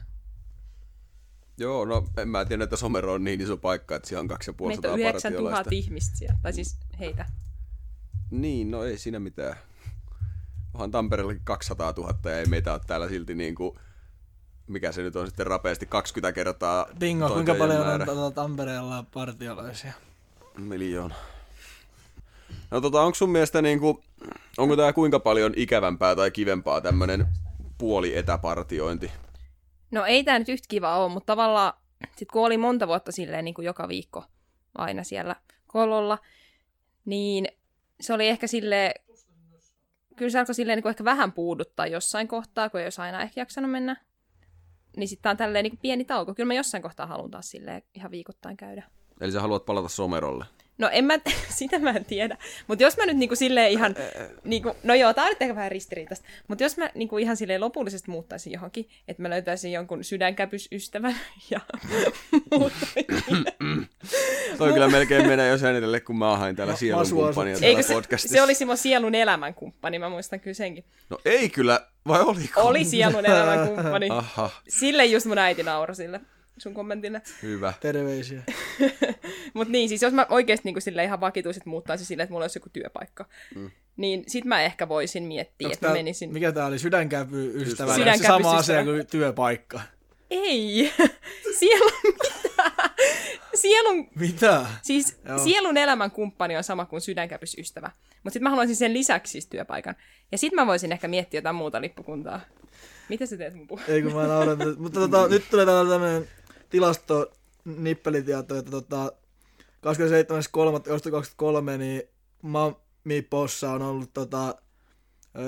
B: Joo, no en mä tiedä, että Somero on niin iso paikka, että siellä on kaksi ja puoli
C: Meitä
B: sataa
C: on 9000
B: partiolaista.
C: ihmistä siellä, tai siis heitä.
B: Niin, no ei siinä mitään. Onhan Tampereellakin 200 000 ja ei meitä ole täällä silti niin kuin, mikä se nyt on sitten rapeasti 20 kertaa.
A: Bingo,
B: toi
A: kuinka
B: teidän
A: paljon on
B: määrä.
A: tuota Tampereella partiolaisia?
B: Miljoona. No tota, onko sun mielestä niin kuin, Onko tämä kuinka paljon ikävämpää tai kivempaa tämmöinen puoli etäpartiointi?
C: No ei tämä nyt yhtä kiva ole, mutta tavallaan sit kun oli monta vuotta silleen niin kuin joka viikko aina siellä kololla, niin se oli ehkä silleen, kyllä se alkoi silleen niin kuin ehkä vähän puuduttaa jossain kohtaa, kun ei olisi aina ehkä jaksanut mennä. Niin sitten tämä on tälleen niin kuin pieni tauko. Kyllä mä jossain kohtaa haluan taas silleen ihan viikoittain käydä.
B: Eli sä haluat palata somerolle.
C: No en mä, sitä mä en tiedä. Mutta jos mä nyt niinku silleen ihan, niinku, no joo, tää on nyt ehkä vähän ristiriitasta, mutta jos mä niinku ihan silleen lopullisesti muuttaisin johonkin, että mä löytäisin jonkun sydänkäpysystävän ja muutoin. No.
B: Toi kyllä melkein menee jo senille, kun mä hain täällä
A: Ma-
B: sielun
A: masua
B: kumppania
A: asut-
B: täällä
C: Eikö se,
B: podcastissa.
C: se oli Simo sielun elämän kumppani, mä muistan kyllä senkin.
B: No ei kyllä, vai oliko?
C: Oli sielun elämän kumppani.
B: Aha,
C: Sille just mun äiti nauroi sille sun kommentille.
B: hyvä.
A: Terveisiä.
C: Mutta niin, siis jos mä oikeasti niinku sille ihan vakituiset muuttaisin sille, että mulla olisi joku työpaikka, mm. niin sit mä ehkä voisin miettiä,
A: Onks
C: että
A: tää-
C: mä menisin.
A: Mikä tää oli? Sydänkäpy ystävä. Se
C: Sydänkäpy
A: sama
C: ystävä.
A: asia kuin työpaikka.
C: Ei, sielun mitä? Sielun,
A: Mitä?
C: siis
A: Joo.
C: sielun elämän kumppani on sama kuin sydänkäpysystävä. Mutta sitten mä haluaisin sen lisäksi siis työpaikan. Ja sitten mä voisin ehkä miettiä jotain muuta lippukuntaa. Mitä sä teet mun puolesta?
A: Ei kun mä nauran. tätä. Mutta tota, nyt tulee täällä tämmönen tilasto nippelitieto, että tota, 27.3.2023 niin Mami Possa on ollut tota, öö,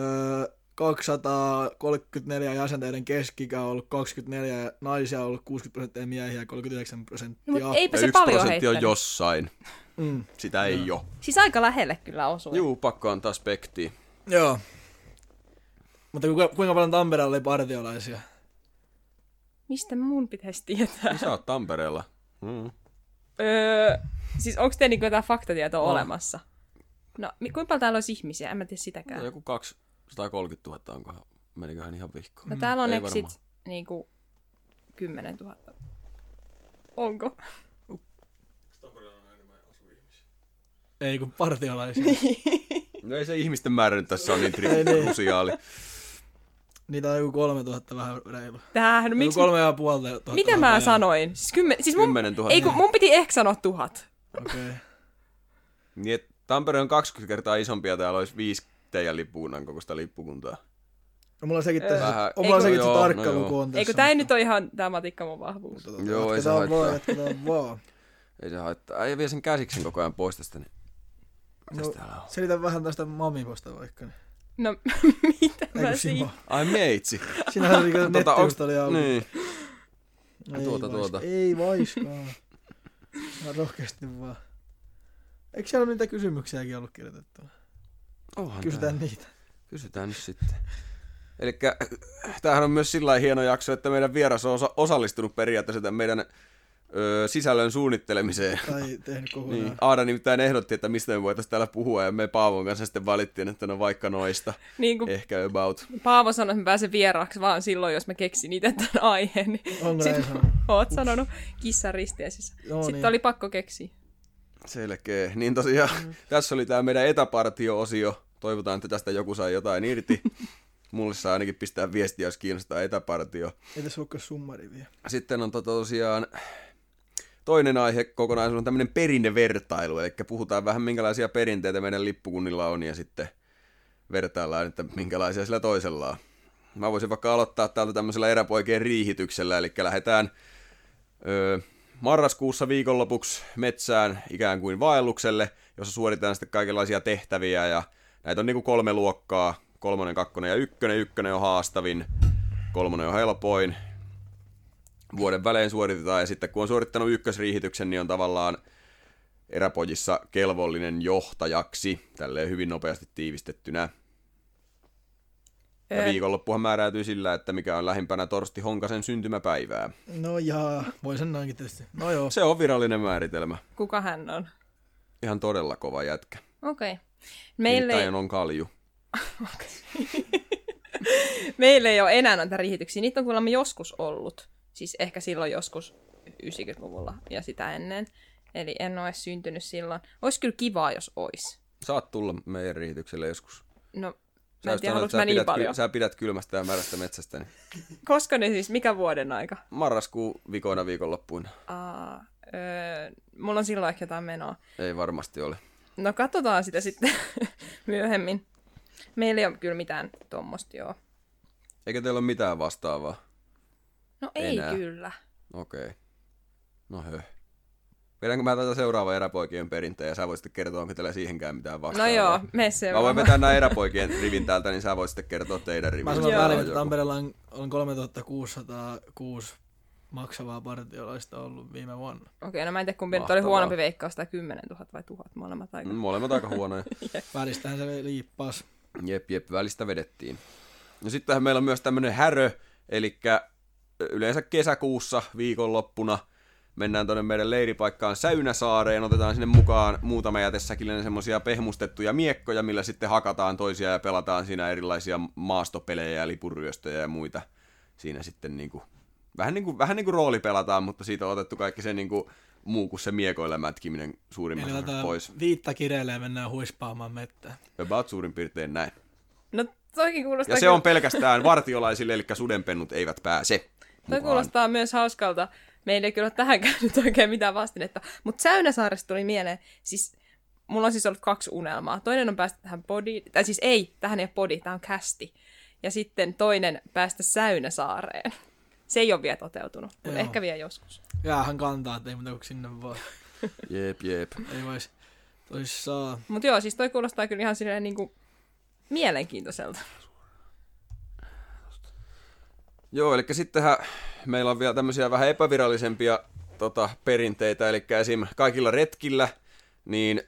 A: 234 jäsenteiden keskikä on ollut 24 ja naisia on ollut 60 prosenttia miehiä ja 39
C: No,
A: prosenttia.
C: mut eipä
B: Ja
C: se
B: yksi
C: paljon
B: prosentti on
C: heittänyt. Jos...
B: jossain.
A: Mm.
B: Sitä ei jo.
C: Siis aika lähelle kyllä osuu.
B: Juu, pakko antaa spektiä.
A: Joo. Mutta kuinka, kuinka paljon Tampereella oli partiolaisia?
C: Mistä mun pitäisi tietää?
B: Sä oot Tampereella. Mm.
C: Öö, siis onko teillä niinku jotain faktatietoa no. olemassa? No, mi- kuinka paljon täällä olisi ihmisiä? En mä tiedä sitäkään.
B: No Joku 230 000 onkohan. Meniköhän ihan vihkoon.
C: No täällä on
B: Ei
C: eikö sit
B: varmaan.
C: niinku 10 000. Onko?
A: Ei kun partiolaisia.
C: Niin.
B: No ei se ihmisten määrä nyt tässä on niin
A: Ei niin.
B: tri- krusiaali.
C: No,
A: Niitä on joku 3000 vähän reilu.
C: Tähän, no
A: Miksi?
C: miksi?
A: Kolme ja puoli tuhatta
C: Mitä mä
A: vähän.
C: sanoin? Siis, kymmen, siis mun,
B: 10 000.
C: Ei kun mun piti ehkä sanoa tuhat.
A: Okei. Okay.
B: Niin, et Tampere on 20 kertaa isompi ja täällä olisi viisi teidän lippukunnan kokoista lippukuntaa.
A: No mulla sekin tässä,
B: Vähän-
A: on mulla
C: Ei kun-
A: sekin se
B: Joo, no
A: tarkka
B: joo.
A: luku on tässä.
C: Eikö tää ei nyt ole ihan tää matikka mun vahvuus.
A: Tota,
B: Joo, ei se
A: jatketaan vaan,
B: haittaa.
A: jatketaan vaan.
B: Ei se haittaa. Äijä vie sen käsiksen koko ajan pois tästä. Niin. Mitäs
A: No,
B: täällä on?
A: selitä vähän tästä mamiposta vaikka. niin.
C: No mitä
A: Ei
C: mä
A: kun
C: siitä?
A: Simo.
B: Ai meitsi.
A: Sinähän oli kun
B: Tota,
A: nettiusta oli auki.
B: Niin.
A: Ei
B: tuota,
A: vais-
B: tuota.
A: Ei vaiskaan. Mä rohkeasti vaan. Eikö siellä ole niitä kysymyksiäkin ollut kirjoitettu?
B: Onhan tää.
A: Kysytään niitä.
B: Kysytään nyt sitten. Eli tämähän on myös sillä lailla hieno jakso, että meidän vieras on osa- osallistunut periaatteessa tämän meidän öö, sisällön suunnittelemiseen.
A: Tai tehnyt kokonaan.
B: Niin. Aada nimittäin ehdotti, että mistä me voitaisiin täällä puhua, ja me Paavon kanssa sitten valittiin, että no vaikka noista,
C: Niin kuin
B: ehkä about.
C: Paavo sanoi, että mä pääsen vieraaksi vaan silloin, jos mä keksin itse tämän aiheen. Niin
A: Onko
C: sit
A: näin sanonut?
C: oot sanonut kissaristiäisissä.
A: Joo,
C: Sitten
A: niin.
C: oli pakko keksiä.
B: Selkeä. Niin tosiaan, mm. tässä oli tämä meidän etäpartio-osio. Toivotaan, että tästä joku sai jotain irti. Mulle saa ainakin pistää viestiä, jos kiinnostaa etäpartio.
A: Ei tässä olekaan summari vielä.
B: Sitten on tota tosiaan toinen aihe kokonaisuus on tämmöinen perinnevertailu, eli puhutaan vähän minkälaisia perinteitä meidän lippukunnilla on ja sitten vertaillaan, että minkälaisia sillä toisella on. Mä voisin vaikka aloittaa täältä tämmöisellä eräpoikien riihityksellä, eli lähdetään öö, marraskuussa viikonlopuksi metsään ikään kuin vaellukselle, jossa suoritetaan sitten kaikenlaisia tehtäviä ja näitä on niinku kolme luokkaa, kolmonen, kakkonen ja ykkönen, ykkönen on haastavin, kolmonen on helpoin, vuoden välein suoritetaan ja sitten kun on suorittanut ykkösriihityksen, niin on tavallaan eräpojissa kelvollinen johtajaksi, tälleen hyvin nopeasti tiivistettynä. Ja
C: Ö.
B: viikonloppuhan määräytyy sillä, että mikä on lähimpänä Torsti Honkasen syntymäpäivää.
A: No jaa, voi sen noinkin tietysti. No joo.
B: Se on virallinen määritelmä.
C: Kuka hän on?
B: Ihan todella kova jätkä.
C: Okei. Okay.
B: Meille...
C: Meille, ei-
B: Nimittäin on kalju.
C: meille ei ole enää noita riihityksiä. Niitä on kuulemma joskus ollut. Siis ehkä silloin joskus 90-luvulla ja sitä ennen. Eli en ole edes syntynyt silloin. Olisi kyllä kivaa, jos olisi.
B: Saat tulla meidän riihitykselle joskus.
C: No,
B: Sä
C: mä en
B: just sanoit,
C: tiedä, haluanko
B: että
C: mä
B: sä
C: niin
B: pidät,
C: paljon.
B: ky- sä pidät kylmästä ja märästä metsästä, niin
C: Koska ne siis, mikä vuoden aika?
B: marraskuun vikoina viikonloppuina.
C: Aa, öö, mulla on silloin ehkä jotain menoa.
B: Ei varmasti ole.
C: No katsotaan sitä sitten myöhemmin. Meillä ei ole kyllä mitään tuommoista, joo.
B: Eikä teillä ole mitään vastaavaa?
C: No ei
B: Enää.
C: kyllä.
B: Okei. Okay. No höh. Vedänkö mä tätä seuraava eräpoikien perinteen ja sä voit sitten kertoa, onko teillä siihenkään mitään
C: No
B: vastaavaa?
C: joo, me
B: Mä voin
C: seuraava.
B: vetää nämä eräpoikien rivin täältä, niin sä voit sitten kertoa teidän rivin.
A: Mä sanon
C: Joo.
A: väliin, että Tampereella on, on 3606 maksavaa partiolaista ollut viime vuonna.
C: Okei, no mä en tiedä kumpi nyt oli
B: Mahtavaa.
C: huonompi veikkaus, tai 10 000 vai 1000 molemmat aika.
B: Mm, Molemmat aika huonoja.
A: Välistähän se liippas.
B: Jep, jep, välistä vedettiin. No sittenhän meillä on myös tämmöinen härö, eli yleensä kesäkuussa viikonloppuna mennään tuonne meidän leiripaikkaan Säynäsaareen, otetaan sinne mukaan muutama jätesäkillinen semmoisia pehmustettuja miekkoja, millä sitten hakataan toisia ja pelataan siinä erilaisia maastopelejä ja lipuryöstöjä ja muita. Siinä sitten niinku, vähän niin kuin, vähän niin kuin rooli pelataan, mutta siitä on otettu kaikki se niinku, muu kuin se miekoilla mätkiminen
A: Eli
B: suurimmassa osassa
A: otetaan
B: pois.
A: viitta kireelle ja mennään huispaamaan mettään.
B: About suurin piirtein näin.
C: No toikin kuulostaa,
B: Ja se on pelkästään vartiolaisille, eli sudenpennut eivät pääse.
C: toi
B: mukaan.
C: kuulostaa myös hauskalta. Meillä ei kyllä ole tähänkään nyt oikein mitään vastinetta. Mutta Säynäsaaresta tuli mieleen, siis mulla on siis ollut kaksi unelmaa. Toinen on päästä tähän podiin, tai siis ei, tähän ei ole podi, tämä on kästi. Ja sitten toinen päästä Säynäsaareen. Se ei ole vielä toteutunut, mutta
A: Joo.
C: ehkä vielä joskus.
A: Jäähän kantaa, että ei muuta kuin sinne vaan.
B: Jep, jep.
A: Ei vois, tois saa.
C: Mutta joo, siis toi kuulostaa kyllä ihan silleen niin kuin mielenkiintoiselta.
B: Joo, eli sittenhän meillä on vielä tämmöisiä vähän epävirallisempia tota, perinteitä, eli esim. kaikilla retkillä, niin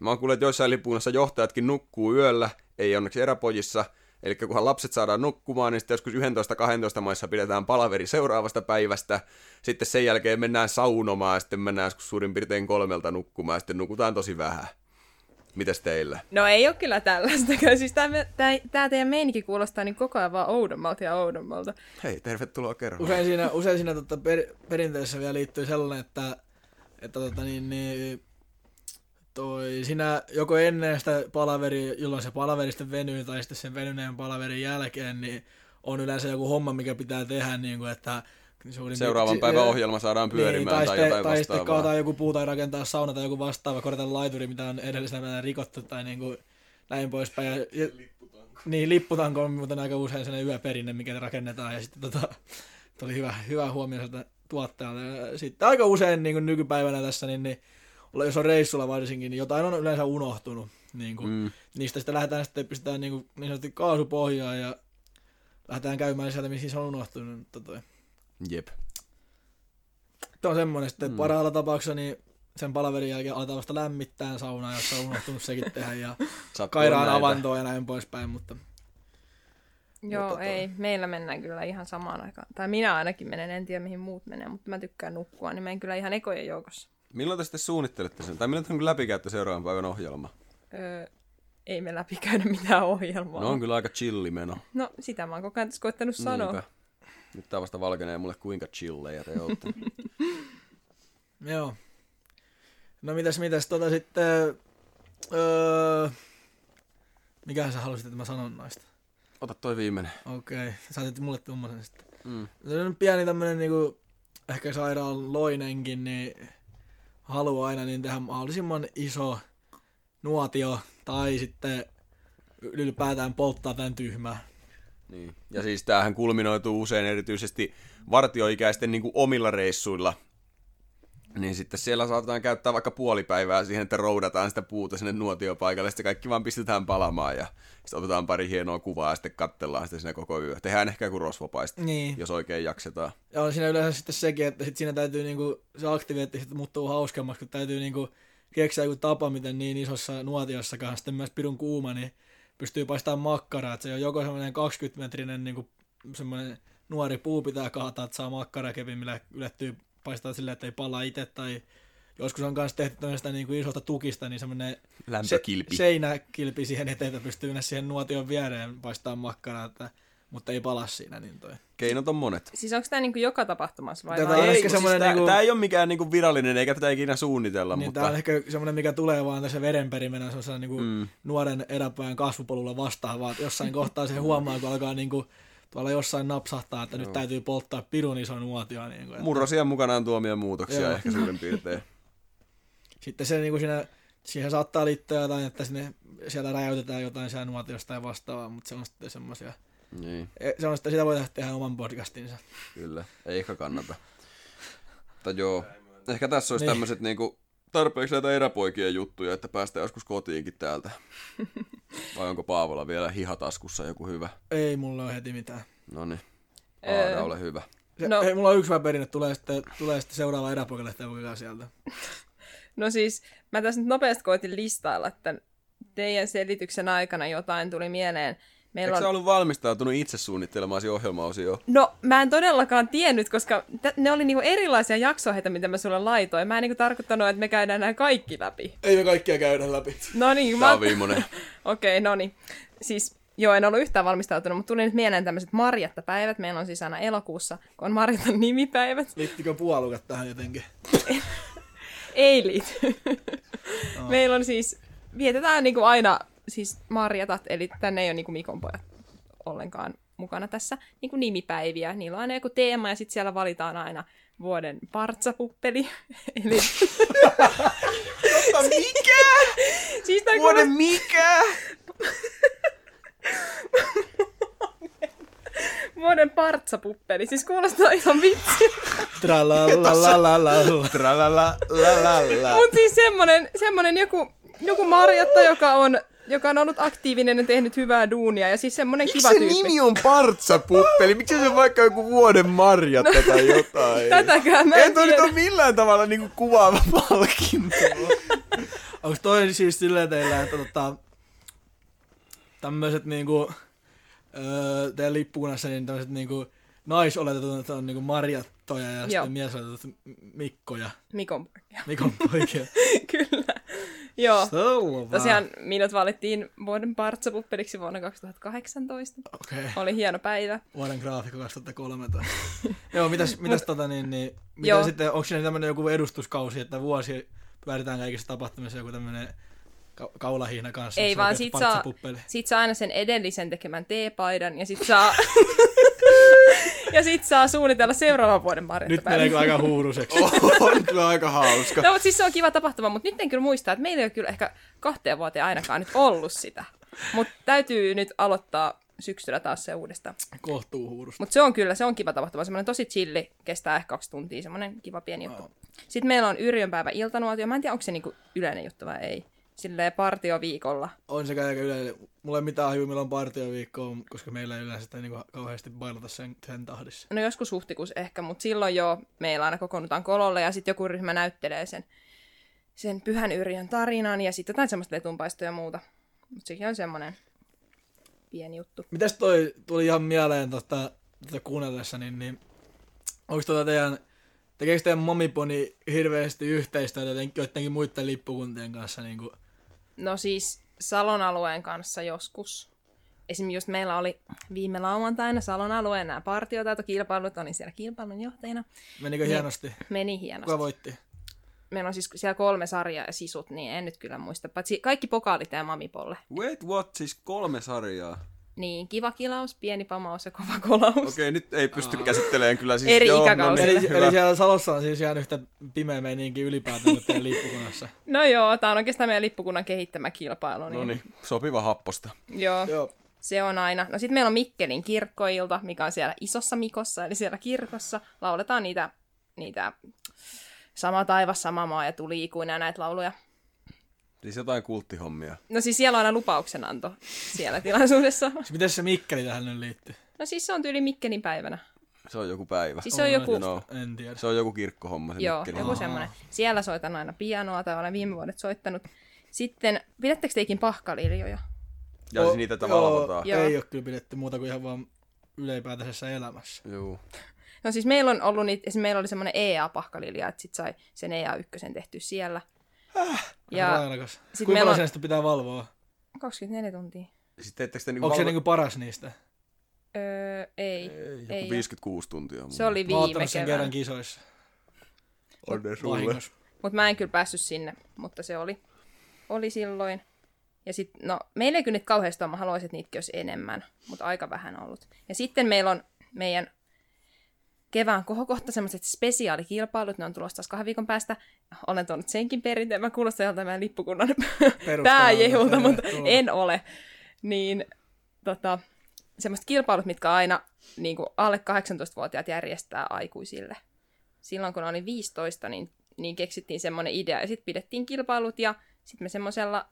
B: mä oon kuullut, että joissain lipunnassa johtajatkin nukkuu yöllä, ei onneksi eräpojissa, eli kunhan lapset saadaan nukkumaan, niin sitten joskus 11-12 maissa pidetään palaveri seuraavasta päivästä, sitten sen jälkeen mennään saunomaan, ja sitten mennään joskus suurin piirtein kolmelta nukkumaan, ja sitten nukutaan tosi vähän. Mitäs teillä?
C: No ei ole kyllä tällaista. kyllä. Siis tämä, tämä teidän meininki kuulostaa niin koko ajan vaan oudommalta ja oudommalta.
B: Hei, tervetuloa kerran.
A: Usein siinä, usein siinä tota, per, perinteessä vielä liittyy sellainen, että, että tota, niin, niin, toi, sinä joko ennen sitä palaveria, jolloin se palaveri sitten venyy, tai sitten sen venyneen palaverin jälkeen, niin on yleensä joku homma, mikä pitää tehdä, niin kuin, että suurin
B: Seuraavan
A: piirtein-
B: päivän ohjelma saadaan pyörimään
A: niin,
B: tai,
A: sitten-
B: jotain
A: tai sitten
B: vastaavaa.
A: kaataa joku puu tai rakentaa sauna tai joku vastaava, korjata laituri, mitä on edellisenä päivänä rikottu tai niin kuin näin poispäin. Ja, ja, niin, lipputanko on muuten aika usein sellainen yöperinne, mikä rakennetaan ja sitten tota, tuli hyvä, hyvä huomio sieltä tuottajalta. Ja Sitten aika usein niin kuin nykypäivänä tässä, niin, niin olla- jos on reissulla varsinkin, niin jotain on yleensä unohtunut. Niin kuin, mm. Niistä sitten lähdetään sitten pistetään niin, kuin, niin sanotusti kaasupohjaan ja lähdetään käymään sieltä, missä se on unohtunut. Tota, Mutta toi.
B: Jep.
A: Tämä on semmoinen, että mm. parhaalla tapauksessa niin sen palaverin jälkeen aletaan vasta lämmittää saunaa, jossa on unohtunut sekin tehdä ja
B: Sattuu
A: kairaan
B: näitä.
A: avantoa ja näin poispäin, mutta
C: Joo,
A: Mutta toi-
C: ei. Meillä mennään kyllä ihan samaan aikaan. Tai minä ainakin menen, en tiedä mihin muut menee, mutta mä tykkään nukkua, niin menen kyllä ihan ekojen joukossa.
B: Milloin te sitten suunnittelette sen? Tai milloin te on läpikäytte seuraavan päivän ohjelma?
C: Öö, ei me läpikäydä mitään ohjelmaa.
B: No on kyllä aika chillimeno.
C: no sitä mä oon koko ajan tässä koettanut sanoa.
B: Niinpä. Nyt tää vasta valkenee mulle kuinka chillejä te ootte.
A: joo. No mitäs, mitäs, tota sitten, öö, mikähän sä halusit, että mä sanon noista?
B: Ota toi viimeinen.
A: Okei, sä otit mulle tommosen sitten.
B: Mm.
A: Se on pieni tämmönen niinku, ehkä sairaaloinenkin, niin haluaa aina niin tehdä mahdollisimman iso nuotio tai sitten ylipäätään polttaa tämän tyhmää.
B: Niin. Ja siis tämähän kulminoituu usein erityisesti vartioikäisten niin kuin omilla reissuilla. Niin sitten siellä saatetaan käyttää vaikka puoli päivää siihen, että roudataan sitä puuta sinne nuotiopaikalle. Sitten kaikki vaan pistetään palamaan ja sitten otetaan pari hienoa kuvaa ja sitten kattellaan sitä siinä koko yö. Tehdään ehkä joku rosvopaista,
A: Niin.
B: jos oikein jaksetaan.
A: Ja on siinä yleensä sitten sekin, että sit siinä täytyy niinku, se aktiviteetti sitten muuttuu hauskemmaksi, kun täytyy niinku keksiä joku tapa, miten niin isossa nuotiossakaan sitten myös pirun kuuma, niin pystyy paistamaan makkaraa. Et se on joko semmoinen 20-metrinen niinku, semmoinen nuori puu pitää kaataa, että saa makkarakepin, millä ylettyy paistaa silleen, että ei pala itse, tai joskus on myös tehty tämmöistä niinku isosta tukista, niin semmoinen
B: Lämpökilpi.
A: Se, seinäkilpi siihen eteen, että pystyy mennä siihen nuotion viereen paistaa makkaraa, että, mutta ei pala siinä, niin toi.
B: Keinot on monet.
C: Siis onko tämä niinku joka tapahtumassa vai
A: Tätä
C: vai-
A: on
B: Ei,
A: ehkä
B: kun siis
A: semmoinen
B: tää,
A: niinku-
B: tää ei ole mikään niinku virallinen, eikä tätä ikinä suunnitella,
A: Niin
B: mutta
A: tämä on ehkä semmoinen, mikä tulee vaan tässä verenperimänä semmoisena niinku mm. nuoren eräpäivän kasvupolulla vastaan, vaan että jossain kohtaa se huomaa, kun alkaa niinku, tuolla jossain napsahtaa, että nyt täytyy polttaa pirun ison nuotio. Niinku, että.
B: murrosia mukanaan tuomia muutoksia
A: Joo.
B: ehkä suurin piirtein.
A: Sitten se niinku siinä siihen saattaa liittyä jotain, että sinne, siellä räjäytetään jotain säänuotiosta ja vastaavaa, mutta se on sitten semmoisia.
B: Niin,
A: Se on sitten, sitä voi tehdä oman podcastinsa.
B: kyllä. Ei ehkä kannata. Mutta joo, ehkä tässä olisi
A: Niin.
B: niin. tämmöiset niinku tarpeeksi näitä eräpoikien juttuja, että päästään joskus kotiinkin täältä. Vai onko Paavolla vielä hihataskussa joku hyvä?
A: Ei mulla ole heti mitään.
B: No niin,
C: Öö.
B: Aada, ole hyvä.
A: Se,
C: No.
A: no. ei, mulla on yksi hyvä perinne, tulee sitten, tulee sitten seuraava eräpoikalehti ja sieltä.
C: No siis, mä tässä nyt nopeasti koitin listailla, että teidän selityksen aikana jotain tuli mieleen. Meillä
B: Eikö
C: on...
B: sä ollut valmistautunut itse suunnittelemaan ohjelmaosioon?
C: No, mä en todellakaan tiennyt, koska t- ne oli niinku erilaisia jaksoheita, mitä mä sulle laitoin. Mä en niinku tarkoittanut, että me käydään nämä kaikki läpi.
A: Ei me kaikkia käydä läpi.
C: No niin,
B: Tää
C: mä...
B: on viimeinen.
C: Okei, no niin. Siis joo, en ollut yhtään valmistautunut, mutta tuli nyt mieleen tämmöiset Marjatta-päivät. Meillä on siis aina elokuussa, kun on Marjatan nimipäivät.
A: Liittikö puolukat tähän jotenkin?
C: Ei liity. Meillä on siis, vietetään niinku aina siis Marjatat, eli tänne ei ole niinku Mikon pojat ollenkaan mukana tässä, niinku nimipäiviä. Niillä on aina joku teema ja sitten siellä valitaan aina vuoden partsapuppeli. eli
A: No Mikä?
C: siis tää
A: Vuoden
C: kuulostaa-
A: mikä?
C: vuoden partsapuppeli. Siis kuulostaa ihan vitsi.
A: Tralalalala.
C: Mut siis semmonen, semmonen joku, joku Marjatta, joka on, joka on ollut aktiivinen ja tehnyt hyvää duunia. Ja siis semmonen kiva tyyppi.
B: on partsapuppeli? Miksi se on vaikka joku vuoden marjatta no, tai jotain?
C: Tätäkään mä en tiedä.
B: millään tavalla niinku kuvaava palkinto.
A: Onko toi siis silleen teillä, että tota, tämmöiset niinku, öö, teidän lippukunnassa niin tämmöiset niinku naisoletetut että on niinku Marjattoja ja
C: Joo.
A: sitten miesoletetut Mikkoja,
C: Mikon poikia.
A: Mikon poikia.
C: Kyllä. Joo.
A: Selvä.
C: Tosiaan minut valittiin vuoden partsapuppeliksi vuonna 2018.
A: Okei, okay.
C: Oli hieno päivä.
A: vuoden graafikko 2013. Joo, mitäs, mitäs tota niin, niin mitä
C: Joo.
A: sitten, onko siinä tämmöinen joku edustuskausi, että vuosi pyöritään kaikissa tapahtumissa joku tämmöinen ka- kaulahihna kanssa?
C: Ei
A: jossa
C: vaan
A: oikeat
C: sit saa,
A: patsapuppeli.
C: sit saa aina sen edellisen tekemän teepaidan ja sit saa... ja sit saa suunnitella seuraavan vuoden
A: Nyt
C: marjattapäivän.
A: menee aika huuruseksi.
B: on kyllä aika hauska.
C: No, mutta siis se on kiva tapahtuma, mutta nyt en kyllä muista, että meillä ei ole kyllä ehkä kahteen vuoteen ainakaan nyt ollut sitä. Mutta täytyy nyt aloittaa syksyllä taas se uudestaan.
A: Kohtuu huurusta.
C: Mutta se on kyllä, se on kiva tapahtuma. Semmoinen tosi chilli, kestää ehkä kaksi tuntia, semmoinen kiva pieni juttu. Sitten meillä on Yrjönpäivä iltanuotio. Mä en tiedä, onko se niinku yleinen juttu vai ei. Silleen partio viikolla.
A: On se kai aika yleinen. Mulla ei mitään hajua, milloin partioviikko on, koska meillä ei yleensä sitä niinku kauheasti bailata sen, sen tahdissa.
C: No joskus huhtikuussa ehkä, mutta silloin jo meillä aina kokoonnutaan kololle ja sitten joku ryhmä näyttelee sen, sen pyhän Yrjön tarinan ja sitten jotain semmoista letunpaistoa ja muuta. Mutta sekin on semmoinen pieni juttu.
A: Mitäs toi tuli ihan mieleen tuosta tota kuunnellessa, niin, niin onko tota teidän, tekeekö teidän momiponi hirveästi yhteistyötä joten- joidenkin muiden lippukuntien kanssa? Niin kuin,
C: No siis Salon alueen kanssa joskus. Esimerkiksi just meillä oli viime lauantaina Salon alueen nämä partiotaitokilpailut, olin siellä kilpailun johtajana.
A: menikö
C: Niin.
A: hienosti?
C: Meni hienosti.
A: Kuka voitti?
C: Meillä on siis siellä kolme sarjaa ja sisut, niin en nyt kyllä muista. Paitsi kaikki pokaalit ja mamipolle.
B: Wait, what? Siis kolme sarjaa.
C: Niin, kiva kilaus, pieni pamaus ja kova kolaus.
B: Okei, nyt ei pysty käsittelemään kyllä siis...
C: Eri
B: joo,
C: ikäkausille.
B: No
A: Eli,
B: niin,
A: eli
B: hyvä.
A: siellä Salossa on siis ihan yhtä pimeä meininki ylipäätään kuin teidän lippukunnassa.
C: No joo, tämä on oikeastaan meidän lippukunnan kehittämä kilpailu. Niin
B: No niin, sopiva happosta.
C: Joo,
A: Joo.
C: se on aina. No sitten meillä on Mikkelin kirkkoilta, mikä on siellä isossa mikossa, eli siellä kirkossa. Lauletaan niitä, niitä sama taivas, sama maa ja tuli ikuinen ja näitä lauluja.
B: Siis jotain kulttihommia.
C: No siis siellä on aina lupauksenanto siellä tilaisuudessa.
A: Siis Miten se Mikkeli tähän nyt liittyy?
C: No siis se on tyyli Mikkelin päivänä.
B: Se on joku päivä.
C: Siis se on joku...
B: No.
A: En tiedä.
B: Se on joku kirkkohomma. Se
C: Joo,
B: No Mikkelin.
C: joku semmoinen. Siellä soitan aina pianoa tai olen viime vuodet soittanut. Sitten, pidättekö teikin pahkaliljoja?
B: Ja siis niitä tavallaan valvotaan.
C: Joo.
A: Joo, ei ole kyllä pidetty muuta kuin ihan vaan ylipäätäisessä elämässä.
B: Joo.
C: No siis meillä on ollut niitä, esimerkiksi meillä oli semmoinen EA-pahkalilja, että sit sai sen EA1 tehty siellä.
A: Ja
C: Ja
A: rainakas.
C: sit
A: Kuinka
C: meillä
A: paljon
C: on-
A: sen sitä pitää valvoa?
C: 24 tuntia.
B: Siis teettekö te niinku...
A: Onko se
B: valvo-
A: niinku paras niistä?
C: Öö, ei.
B: Ei, joku
C: Ei oo.
B: 56 tuntia. on
C: Se oli
A: Mm, Mä oon
C: viime
A: ottanut sen
C: keväänä.
A: kerran kisoissa.
B: Onne sulle.
A: Vahingossa.
C: Mutta mä en kyllä päässyt sinne, mutta se oli, oli silloin. Ja sit, no, meillä ei kyllä nyt kauheasti ole, mä haluaisin, että niitä olisi enemmän, mutta aika vähän ollut. Ja sitten meillä on meidän kevään kohokohta semmoiset spesiaalikilpailut, ne on tulossa taas kahden viikon päästä. Olen tuonut senkin perinteen, mä kuulostan joltain meidän lippukunnan pääjehulta, mutta en ole. Niin tota, semmoiset kilpailut, mitkä aina niin kuin alle 18-vuotiaat järjestää aikuisille. Silloin kun olin 15, niin, niin keksittiin semmoinen idea ja sitten pidettiin kilpailut ja sitten me semmoisella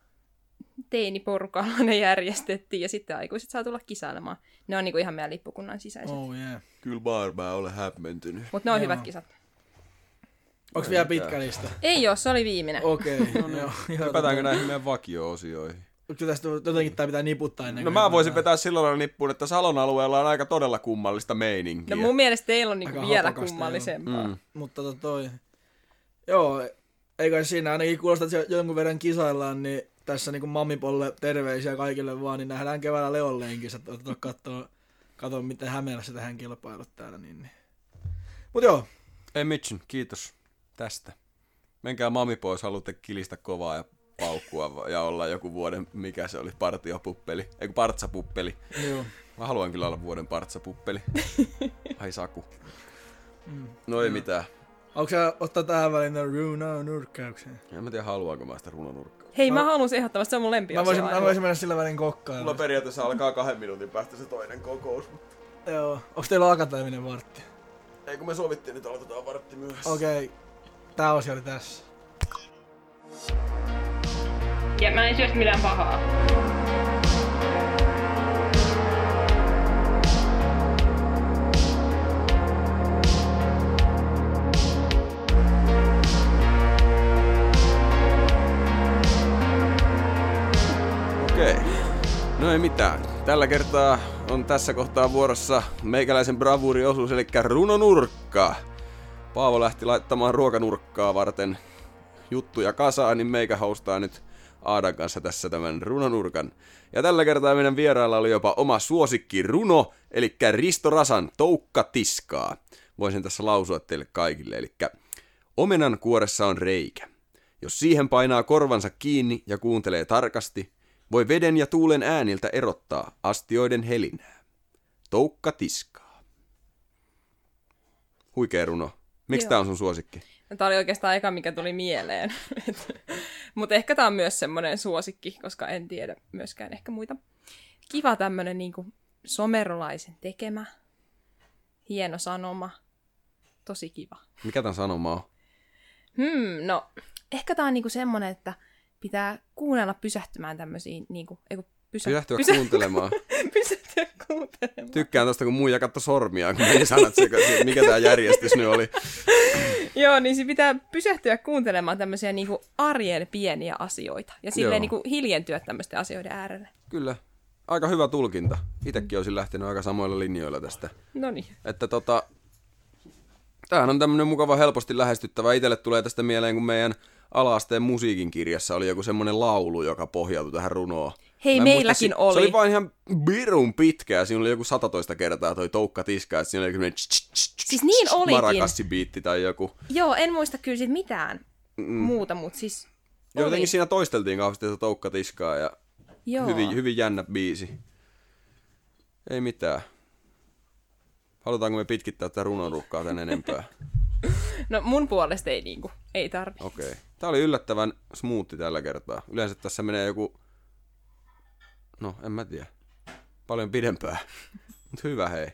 C: teiniporukalla ne järjestettiin ja sitten aikuiset saa tulla kisailemaan. Ne on niinku ihan meidän lippukunnan sisäiset. Oh.
A: Oh yeah.
B: Kyllä varmaan olen hämmentynyt.
C: Mutta ne on
A: Joo.
C: hyvät kisat.
A: Onks vielä pitkä lista?
C: Ei joo, se oli viimeinen. Oh.
A: Okei, okay, no joo. joo,
B: Hypätäänkö näihin meidän vakio-osioihin?
C: No
A: tota- Kyllä tästä jotenkin tää pitää niputtaa ennen
B: No
A: kuin
B: mä
A: hypätään.
B: voisin vetää sillä lailla nippuun, että Salon alueella on aika todella kummallista meininkiä.
C: No mun mielestä teillä on niinku
A: Aika
C: vielä
A: hapakasta,
C: kummallisempaa. Mm.
A: Mutta tota toi... Joo, eikä siinä ainakin kuulosta, että siellä jonkun verran kisaillaan, niin tässä niinku mammipolle terveisiä kaikille vaan, niin nähdään keväällä Leon lenkissä, että katsoo, katsoo miten Hämeessä tehdään kilpailut täällä. Niin, niin. Mut joo,
B: Ei Mitchin, kiitos tästä. Menkää mami pois, haluatte kilistä kovaa ja paukkua va- ja olla joku vuoden, mikä se oli, partiopuppeli, ei kun partsapuppeli.
A: joo.
B: Mä haluan kyllä olla vuoden partsapuppeli. Ai Saku.
C: Mm.
B: No ei mitään.
A: Onko sä ottaa tähän väliin ne runo nurkkauksen?
B: En mä tiedä, haluanko mä sitä runonurkkaa.
C: Hei, mä haluan se ehdottomasti, se on mun
A: Mä voisin,
C: lempiosia.
A: mä voisin mennä sillä välin kokkaan.
B: Mulla periaatteessa alkaa kahden minuutin päästä se toinen kokous.
A: Joo. Onko teillä akateeminen vartti?
B: Ei kun me sovittiin, että aloitetaan vartti myös.
A: Okei. Okay. Tää osio oli tässä.
C: Ja mä en syö mitään pahaa.
B: Okei. No ei mitään. Tällä kertaa on tässä kohtaa vuorossa meikäläisen bravuuriosuus, eli runonurkka. Paavo lähti laittamaan ruokanurkkaa varten juttuja kasaan, niin meikä haustaa nyt Aadan kanssa tässä tämän runonurkan. Ja tällä kertaa meidän vierailla oli jopa oma suosikki runo, eli Risto Rasan Toukka tiskaa. Voisin tässä lausua teille kaikille, eli omenan kuoressa on reikä. Jos siihen painaa korvansa kiinni ja kuuntelee tarkasti, voi veden ja tuulen ääniltä erottaa astioiden helinää. Toukka tiskaa. Huikea runo. Miksi
C: Joo.
B: tämä on sun suosikki?
C: No, Tää oli oikeastaan eka, mikä tuli mieleen. Mutta ehkä tää on myös semmonen suosikki, koska en tiedä myöskään ehkä muita. Kiva tämmönen niinku somerolaisen tekemä. Hieno sanoma. Tosi kiva.
B: Mikä tämän sanoma on?
C: Hmm, no, ehkä tämä on niinku semmoinen, että pitää kuunnella pysähtymään tämmöisiin, niinku, ei kun pysä,
B: Pysähtyä
C: pysä,
B: kuuntelemaan.
C: pysähtyä kuuntelemaan.
B: Tykkään tosta, kun muija katsoi sormia, kun meni sanat sekaisin. Mikä tämä järjestys nyt oli?
C: Joo, niin se pitää pysähtyä kuuntelemaan tämmöisiä niinku arjen pieniä asioita ja
B: Joo.
C: silleen niinku hiljentyä tämmöisten asioiden äärelle.
B: Kyllä. Aika hyvä tulkinta. Itekin olisin lähtenyt aika samoilla linjoilla tästä.
C: No niin.
B: Että tota, tämähän on tämmöinen mukava, helposti lähestyttävä. Itelle tulee tästä mieleen, kun meidän alaasteen musiikin kirjassa oli joku semmoinen laulu, joka pohjautui tähän runoon.
C: Hei,
B: Mä en
C: meilläkin
B: muista, si-
C: oli.
B: Se oli vain ihan pirun pitkä ja siinä oli joku 112 kertaa toi toukka tiska, että siinä oli kyllä
C: Siis niin olikin.
B: marakassibiitti tai joku.
C: Joo, en muista kyllä siitä mitään mm. muuta, mutta siis
B: Ja
C: oli.
B: jotenkin siinä toisteltiin kauheasti sitä toukka tiskaa ja
C: Joo.
B: hyvin, hyvin jännä biisi. Ei mitään. Halutaanko me pitkittää tätä runonrukkaa tän enempää?
C: No mun puolesta ei niinku, ei tarvi.
B: Okei. Okay. Tämä oli yllättävän smoothi tällä kertaa. Yleensä tässä menee joku... No, en mä tiedä. Paljon pidempää. Mut hyvä hei.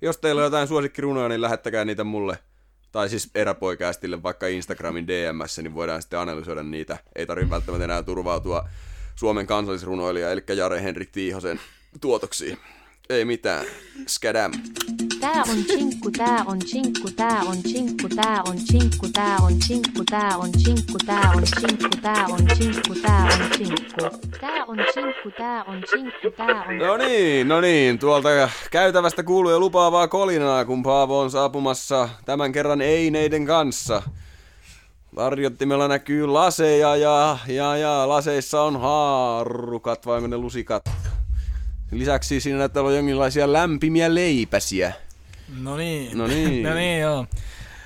B: Jos teillä on jotain suosikkirunoja, niin lähettäkää niitä mulle. Tai siis eräpoikäistille vaikka Instagramin DMssä, niin voidaan sitten analysoida niitä. Ei tarvitse välttämättä enää turvautua Suomen kansallisrunoilija, eli Jare Henrik Tiihosen tuotoksiin. Ei mitään. Skädäm.
E: Tää on chinkku, tää on chinkku, tää on chinkku, tää on chinkku, tää on chinkku, tää on chinkku, tää on chinkku, tää on chinkku, tää on chinkku. Tää on chinkku, tää on chinkku, tää on
B: No niin, no niin. Tuolta käytävästä kuuluu jo lupaavaa kolinaa, kun Paavo on saapumassa tämän kerran eineiden kanssa. Tarjottimella näkyy laseja ja, ja, ja laseissa on haarukat vai onko ne lusikat. Lisäksi siinä näyttää olla jonkinlaisia lämpimiä leipäsiä.
A: No niin.
B: No niin.
A: no niin, joo.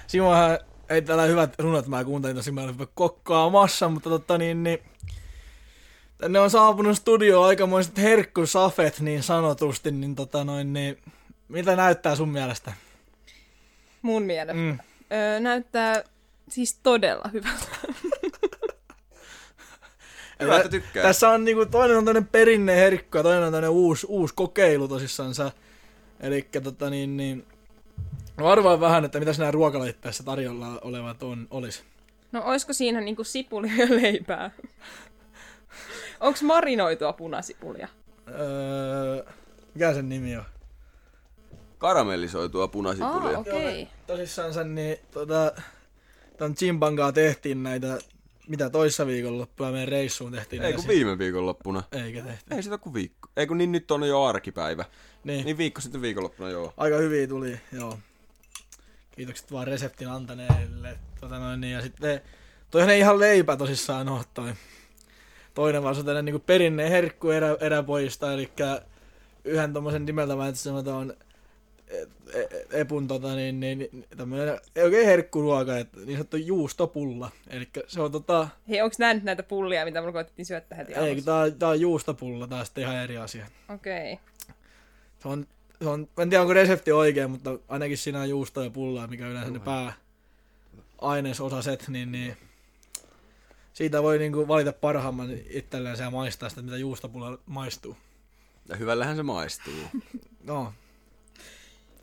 A: Simohan ei täällä hyvät runot, mä kuuntelin tosi, mä en ole kokkaamassa, mutta totta niin, niin tänne on saapunut studio aikamoiset herkkusafet niin sanotusti, niin tota noin, niin mitä näyttää sun mielestä?
C: mun mielestä.
A: Mm.
C: Öö, näyttää siis todella hyvältä.
B: Hyvä, että tykkää.
A: Tässä on niinku, toinen on tämmönen perinne herkku ja toinen on tämmönen uusi, uusi kokeilu tosissansa. Elikkä tota niin, niin No arvaa vähän, että mitäs nämä ruokalajit tässä tarjolla olevat on, olisi.
C: No oisko siinä niinku sipulia ja leipää? Onks marinoitua punasipulia?
A: Öö, mikä sen nimi on?
B: Karamellisoitua punasipulia.
C: Aa, Ah, okei. Okay.
A: Tosissansa niin tota, tämän Chimpangaa tehtiin näitä, mitä toissa viikonloppuna meidän reissuun tehtiin
B: Ei
A: näitä
B: kun viime viikonloppuna.
A: si- Eikä tehty.
B: Ei sitä kuin viikko. Ei kun niin nyt on jo arkipäivä.
A: Niin.
B: Niin viikko sitten viikonloppuna joo.
A: Aika hyviä tuli, joo. Kiitokset vaan reseptin antaneelle. Tota noin, niin, ja sitten toihan ei ihan leipä tosissaan ole toi. Toinen vaan se on tällainen niin perinne herkku erä, eräpojista, eli yhden tommosen nimeltä mä itse asiassa on e- e- Epun tota, niin, niin, niin, tämmönen, ei oikein herkkuruoka, et, niin sanottu juustopulla. Eli se on tota,
C: Hei, onks nää nyt näitä pullia, mitä mulla koitettiin syöttää heti
A: ei, kun
C: alussa?
A: tää, on- tää on juustopulla, tää on sitten ihan eri asia.
C: Okei. Okay.
A: Se on, se on, mä en tiedä onko resepti oikein, mutta ainakin siinä on juustoa ja pullaa, mikä on yleensä ne pää ainesosaset, niin, niin siitä voi niinku valita parhaamman itselleen ja maistaa sitä, mitä juustopulla maistuu.
B: Ja hyvällähän se maistuu.
A: No,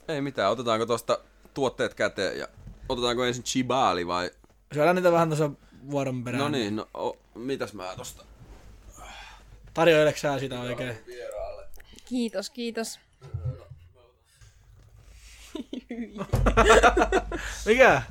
B: Ei mitään, otetaanko tosta tuotteet käteen ja otetaanko ensin chibaali vai...
A: syödään niitä vähän tuossa vuoron perään.
B: No niin, no o, mitäs mä tosta
A: Tarjoileeko sä sitä oikein?
B: vieraalle?
C: Kiitos, kiitos.
A: Mikä?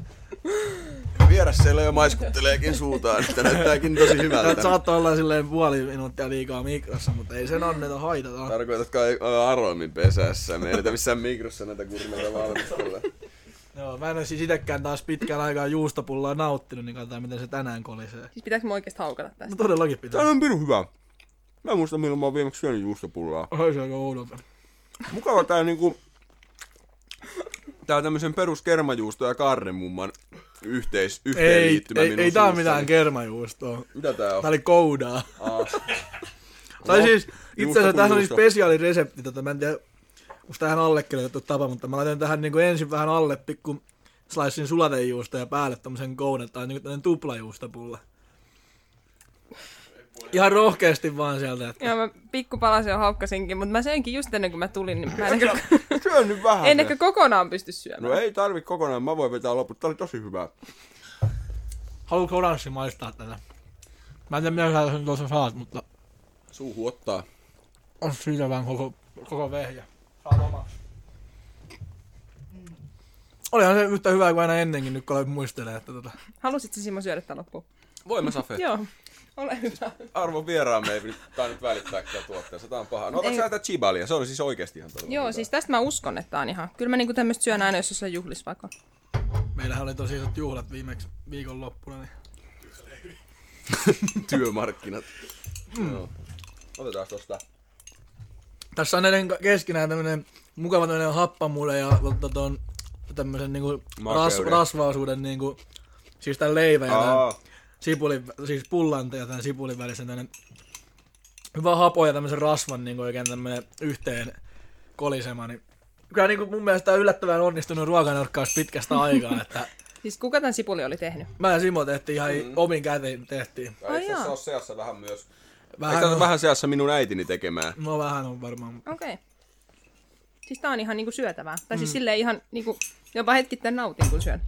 B: Vieressä jo maiskutteleekin suutaan, että näyttääkin tosi
A: Tää
B: hyvältä.
A: saattaa olla silleen puoli minuuttia liikaa mikrossa, mutta ei
B: Niin.
A: sen anneta haitata.
B: Tarkoitat kai aromin pesässä. Me ei niitä missään mikrossa näitä kurmeita valmistella.
A: Joo, mä en ole siis itekään taas pitkään aikaa juustopullaa nauttinut, niin katsotaan miten se tänään kolisee.
C: Siis pitääkö mä oikeesti haukata tästä?
A: No todellakin pitää.
B: Tää on pirun hyvä. Mä en muista milloin mä oon viimeksi syönyt juustopullaa.
A: Oi se on aika oudolta.
B: Mukava tää niinku... Tää tämmösen perus kermajuusto ja karnemumman yhteis,
A: Ei,
B: yhteenliittymä
A: ei,
B: minun
A: ei tää on
B: suussani.
A: mitään kermajuustoa.
B: Mitä tää on?
A: Tää oli koudaa. tai
B: No,
A: siis, itse asiassa
B: Ah. juusto
A: tähän
B: kuin
A: oli
B: juusto.
A: spesiaaliresepti, tota, mä en tiedä, onko tähän allekirjoitettu tapa, mutta mä laitan tähän niinku ensin vähän alle pikku slicein sulatejuusta ja päälle tommosen koudan, tai niinku tämmönen tuplajuustopulla. Ihan rohkeasti vaan sieltä. Että...
C: Joo, mä pikkupalasen jo haukkasinkin, mutta mä söinkin just ennen kuin mä tulin, niin mä en ehkä,
B: Syö nyt vähän.
C: en ehkä kokonaan pysty syömään.
B: No ei tarvi kokonaan, mä voin vetää loput. Tää oli tosi hyvää.
A: Haluatko oranssi maistaa tätä? Mä en tiedä, mitä sä sen tuossa saat, mutta
B: Suuhu ottaa.
A: on siitä vaan koko, koko vehjä. Saat omaksi. Mm. Olihan se yhtä hyvää kuin aina ennenkin, nyt kun aloin muistelee, että tota...
C: Halusitko Simo syödä tämän loppuun?
B: Voimme Safe.
C: Joo, ole hyvä.
B: Arvo vieraamme ei tää nyt välittää tätä tuotteesta. Tää on paha. No otatko
C: Ei.
B: sä tätä chibalia? Se oli siis oikeesti ihan todella
C: Joo, siis tästä mä uskon, että tää on ihan. Kyllä mä niinku tämmöstä syön aina, jos jossain juhlissa vaikka. on.
A: Meillähän oli tosi isot juhlat viimeksi viikonloppuna, niin
B: työmarkkinat.
C: Mm.
B: Joo. Otetaan tosta.
A: tässä on näiden keskenään tämmönen mukava tämmönen happamuuden ja tota ton tämmösen niinku ras,
B: Makeuden.
A: rasvaisuuden niinku, siis tän leivän ja tän
B: Aa,
A: sipulin, siis pullan ja tän sipulin välisen tämmönen hyvä hapo ja tämmösen rasvan niinku oikein tämmönen yhteen kolisema, niin kyllä niinku mun mielestä tää on yllättävän onnistunut ruokanurkkaus pitkästä aikaa, että
C: Siis kuka tämän sipuli oli tehnyt?
A: mä ja Simo tehtiin ihan mm. omin käteen tehtiin.
B: tai itse asiassa
C: jaa.
B: se on seassa vähän myös. Eikö
A: Vähän,
B: tää
A: on,
B: ole vähän seassa minun äitini tekemään?
A: no vähän on varmaan, mutta
C: Okei. Okay. Siis tää on ihan niinku syötävää. Tai siis silleen ihan niinku, jopa hetkittäin nautin kun syön.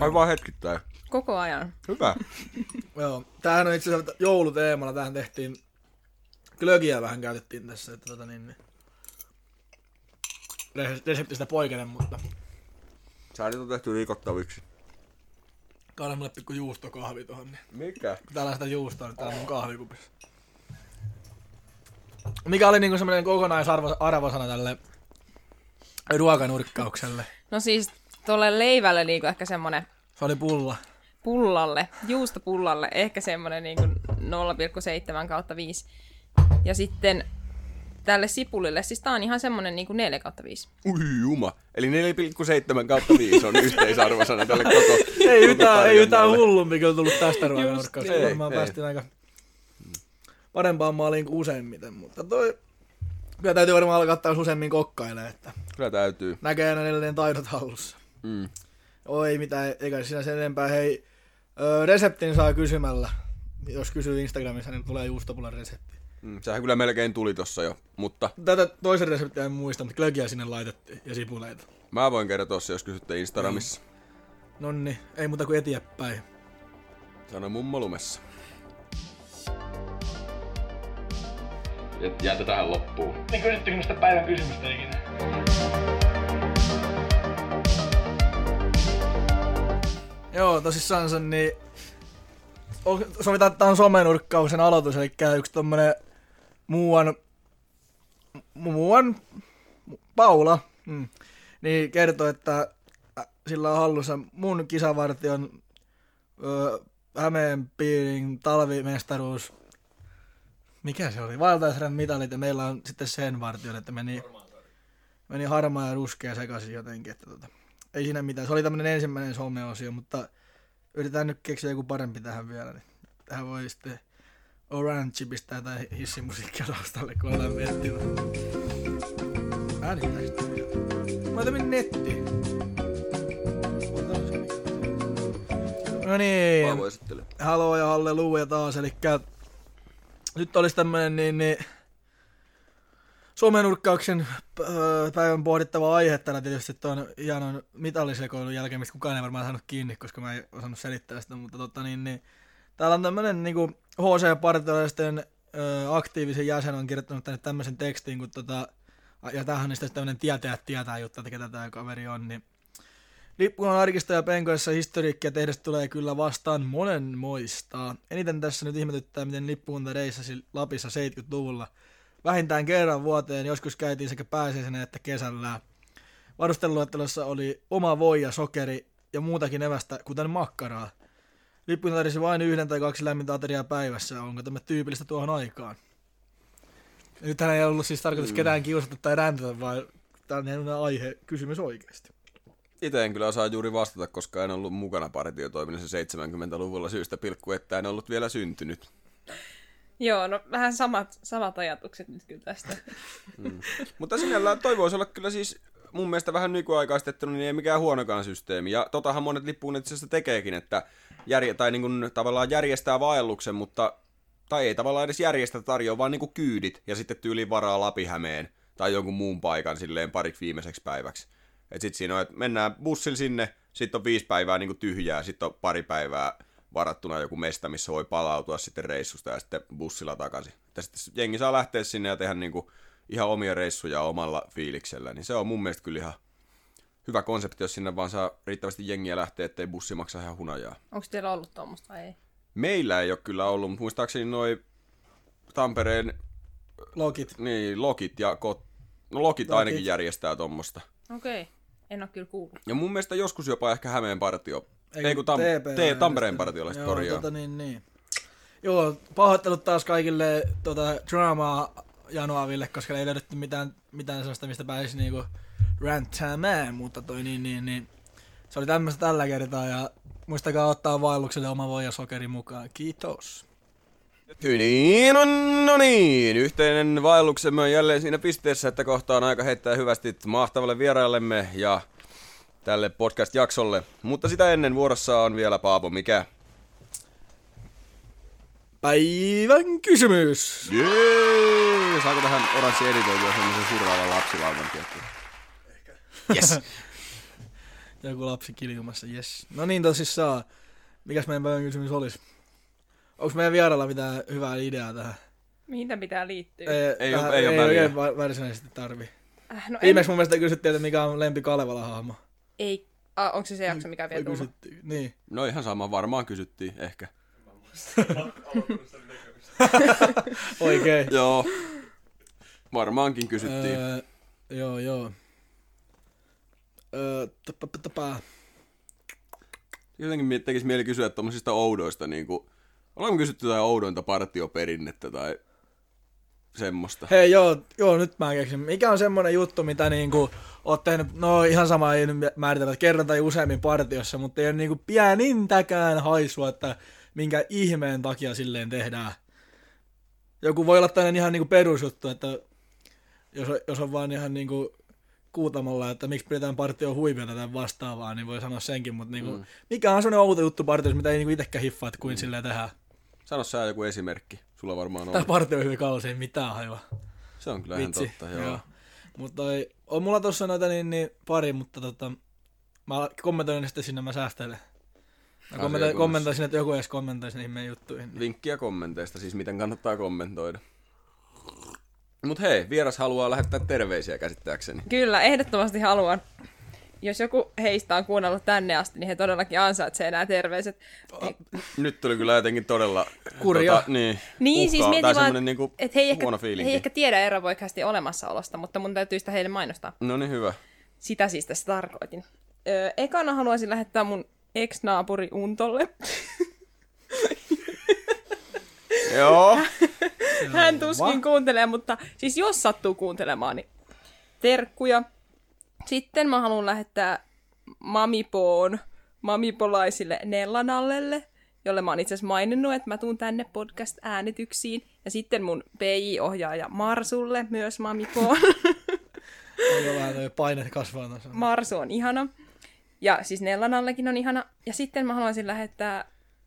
B: Aivan hetkittäin.
C: Koko ajan.
B: Hyvä.
A: Joo, tämähän on itse asiassa jouluteemalla, tähän tehtiin, glögiä vähän käytettiin tässä, että tota niin, niin. Res- reseptistä poikenen, mutta
B: Sä nyt on tehty liikottaviksi.
A: kaada mulle pikku juustokahvi tuohon, niin
B: Mikä?
A: kun täällä on sitä juustoa, niin täällä mun kahvikupissa. Mikä oli niinku semmoinen kokonaisarvosana tälle ruokanurkkaukselle?
C: No siis tolle leivälle niinku ehkä semmonen
A: Se oli pulla.
C: pullalle, juustopullalle, ehkä semmoinen niin 0,7 kautta 5. Ja sitten tälle sipulille, siis tää on ihan semmoinen niin 4 kautta 5.
B: Ui juma. Eli 4,7 kautta 5 on yhteisarvosana tälle koko
A: Ei
B: koko
A: yhtään, ei
B: tarjonnalle.
A: yhtään hullumpi kyllä tullut tästä ruokanurkkauksesta.
B: niin.
A: Varmaan
B: Ei, ei.
A: päästiin aika parempaan maaliin kuin useimmiten, mutta toi... Kyllä täytyy varmaan alkaa taas useammin kokkailemaan, että
B: Kyllä täytyy.
A: näkee aina edelleen taidot hallussa.
B: Mm.
A: Oi mitään, eikä siinä sen enempää. Hei, ö, reseptin saa kysymällä. Jos kysyy Instagramissa, niin tulee juustopulan resepti.
B: Mm. Sehän kyllä melkein tuli tossa jo, mutta
A: Tätä toisen reseptiä en muista, mutta klökiä sinne laitettiin ja sipuleita.
B: mä voin kertoa se, jos kysytte Instagramissa.
A: Nonni, ei muuta kuin eteenpäin.
B: Sano mummo lumessa.
F: Jätä tähän loppuun.
D: Niin kysyttekö mistä päivän kysymystä ikinä?
A: Joo, tosissaansa niin o- sovitaan, että tämä on somenurkkauksen aloitus, eli yksi tommonen muuan, mu- muuan Paula, mm, niin kertoi, että ä, sillä on hallussa mun kisavartion ö, Hämeen piirin talvimestaruus, mikä se oli, valtaisrän mitalit, ja meillä on sitten sen vartion, että meni, meni harmaa ja ruskea sekaisin jotenkin, että tota, ei siinä mitään. Se oli tämmönen ensimmäinen someosio, mutta yritetään nyt keksiä joku parempi tähän vielä. Niin tähän voi sitten Orange pistää tai hissimusiikkia taustalle, kun ollaan miettinyt. Äänittääks tää vielä? Mä otan nettiin. No niin
B: Paavo esittelee.
A: haloo ja halleluja taas, eli nyt olisi tämmönen niin, niin somenurkkauksen öö, päivän pohdittava aihe täällä tietysti tuon hienon mitallisekoilun jälkeen, mistä kukaan ei varmaan saanut kiinni, koska mä en osannut selittää sitä, mutta tota niin, niin täällä on tämmönen niinku HC Partiolaisten öö, aktiivisen jäsen on kirjoittanut tänne tämmöisen tekstin, kun tota, ja tämähän on sitten tämmönen tietää tietää juttu, että ketä tämä kaveri on, niin Lippulan arkistoja ja penkoissa historiikkia tehdessä tulee kyllä vastaan monen moistaa. Eniten tässä nyt ihmetyttää, miten lippukunta reissasi Lapissa 70-luvulla. Vähintään kerran vuoteen joskus käytiin sekä pääsiäisenä että kesällä. Varusteluettelossa oli oma voi ja sokeri ja muutakin evästä, kuten makkaraa. Lippukunta tarjosi vain yhden tai kaksi lämmintä ateriaa päivässä. Onko tämä tyypillistä tuohon aikaan? Ja Nythän ei ollut siis tarkoitus ketään kiusata tai räntätä, vaan tämä on aihe kysymys oikeasti.
B: Itse en kyllä osaa juuri vastata, koska en ollut mukana partiotoiminnassa 70-luvulla syystä pilkku, että en ollut vielä syntynyt.
C: Joo, no vähän samat, samat ajatukset nyt kyllä tästä.
B: Mutta sinällään toi voisi olla kyllä siis mun mielestä vähän nykyaikaistettuna, niin ei mikään huonokaan systeemi. Ja totahan monet lippuun itse asiassa tekeekin, että järje, tai niin kuin tavallaan järjestää vaelluksen, mutta tai ei tavallaan edes järjestä tarjoa, vaan niin kuin kyydit ja sitten tyyli varaa Lapihämeen tai jonkun muun paikan silleen pariksi viimeiseksi päiväksi. Et sit siinä on, että mennään bussilla sinne, sitten on viisi päivää niin kuin tyhjää, sitten on pari päivää varattuna joku mesta, missä voi palautua sitten reissusta ja sitten bussilla takaisin. Ja sitten jengi saa lähteä sinne ja tehdä niin kuin ihan omia reissuja omalla fiiliksellä, niin se on mun mielestä kyllä ihan hyvä konsepti, jos sinne vaan saa riittävästi jengiä lähteä, ettei bussi maksa ihan hunajaa.
C: Onko teillä ollut tuommoista vai ei?
B: Meillä ei ole kyllä ollut, mutta muistaakseni noi Tampereen
A: Logit.
B: niin, lokit ja kot... No lokit
A: Lokit.
B: ainakin järjestää tuommoista.
C: Okei, okay. en ole kyllä kuullut.
B: Ja mun mielestä joskus jopa ehkä Hämeen partio. Ei, ei kun tam...
A: TP
B: te, Tampereen
A: järjestelmä.
B: partiolaiset
A: Joo,
B: korjaa.
A: Tota, niin, niin. Joo, pahoittelut taas kaikille tota, draamaa Januaville, koska ei löydetty mitään, mitään sellaista, mistä pääsisi niinku ranttämään, mutta toi niin, niin, niin. Se oli tämmöistä tällä kertaa ja muistakaa ottaa vaellukselle oma voi ja sokeri mukaan. Kiitos.
B: Niin, no, no niin. Yhteinen vaelluksemme on jälleen siinä pisteessä, että kohta on aika heittää hyvästi mahtavalle vieraillemme ja tälle podcast-jaksolle. Mutta sitä ennen vuorossa on vielä Paavo Mikä.
A: Päivän kysymys.
B: Jee! Saako tähän oranssi editoitua semmoisen surraavan lapsilauman tietty? Yes.
A: Joku lapsi kilkumassa, yes. No niin tosissaan. Mikäs meidän päivän kysymys olisi? Onko meidän vierailla mitään hyvää ideaa tähän?
C: Mihin tämä pitää liittyä?
B: Ei oo-
A: tähän-
B: ei oo
A: ei
B: väliä.
A: oikein va- varsinaisesti tarvi.
C: Äh, no en,
A: Viimeksi mun mielestä kysyttiin, että mikä on lempi Kalevala-hahmo.
C: ei, ah, onko se se jakso, mikä
A: Vai
C: vielä tullut?
A: kysyttiin? Niin.
B: No ihan sama, varmaan kysyttiin, ehkä.
A: Oikein.
B: Joo. Varmaankin kysyttiin.
A: Öö, joo, joo. Öö, tapa, tapa.
B: Jotenkin mie- tekisi mieli kysyä tommosista oudoista, niin kuin, ollaanko kysytty jotain oudointa partioperinnettä tai semmoista?
A: Hei, joo, joo, nyt mä keksin. Mikä on semmonen juttu, mitä niinku oot tehnyt, no ihan sama ei nyt määritellä, että kerran tai useammin partiossa, mutta ei ole niinku pienintäkään haisua, että minkä ihmeen takia silleen tehdään. Joku voi olla tämmöinen ihan niinku perusjuttu, että jos on, jos on vaan ihan niinku kuutamalla, että miksi pidetään partio huivilta tai vastaavaa, niin voi sanoa senkin, mutta niinku, mm. mikä on sellainen outo juttu partiossa, mitä ei niinku itsekään hiffaa, että kuin mm. silleen tehdään.
B: Sano sä joku esimerkki. Sulla varmaan
A: Tämä
B: on.
A: partio on hyvin kallis, ei mitään hajua.
B: Se on kyllä ihan
A: Vitsi.
B: totta, joo.
A: Mutta toi, on mulla tossa noita niin, niin pari, mutta tota, mä kommentoin ne sitten sinne, mä säästelen. Mä
B: Asia
A: kommentoin,
B: kunnossa.
A: kommentoisin, että joku edes kommentoisi niihin meidän juttuihin.
B: Vinkkiä kommenteista, siis miten kannattaa kommentoida. Mut hei, vieras haluaa lähettää terveisiä käsittääkseni.
C: Kyllä, ehdottomasti haluan. Jos joku heistä on kuunnellut tänne asti, niin he todellakin ansaitsevat nämä terveiset.
B: Nyt tuli kyllä jotenkin todella...
A: Kurja.
B: niin,
C: Niin,
B: uhkaa.
C: siis mietin
B: tai
C: vaan,
B: semmonen niinku
C: että he ei ehkä,
B: huono
C: he
B: fiilinki.
C: ei ehkä tiedä erovoikasti olemassaolosta, mutta mun täytyy sitä heille mainostaa.
B: No niin, hyvä.
C: Sitä siis tässä tarkoitin. Öö, ekana haluaisin lähettää mun ex-naapuri Untolle.
B: Joo.
C: Hän tuskin kuuntelee, mutta siis jos sattuu kuuntelemaan, niin terkkuja. Sitten mä haluan lähettää Mamipoon mamipolaisille Nellanallelle, jolle mä oon itse asiassa maininnut, että mä tuun tänne podcast-äänityksiin. Ja sitten mun PI-ohjaaja Marsulle, myös Mamipoon.
A: Onko vähän toi paine kasvaa tuossa.
C: Marsu on ihana. Ja siis Nellanallekin on ihana. Ja sitten mä haluaisin lähettää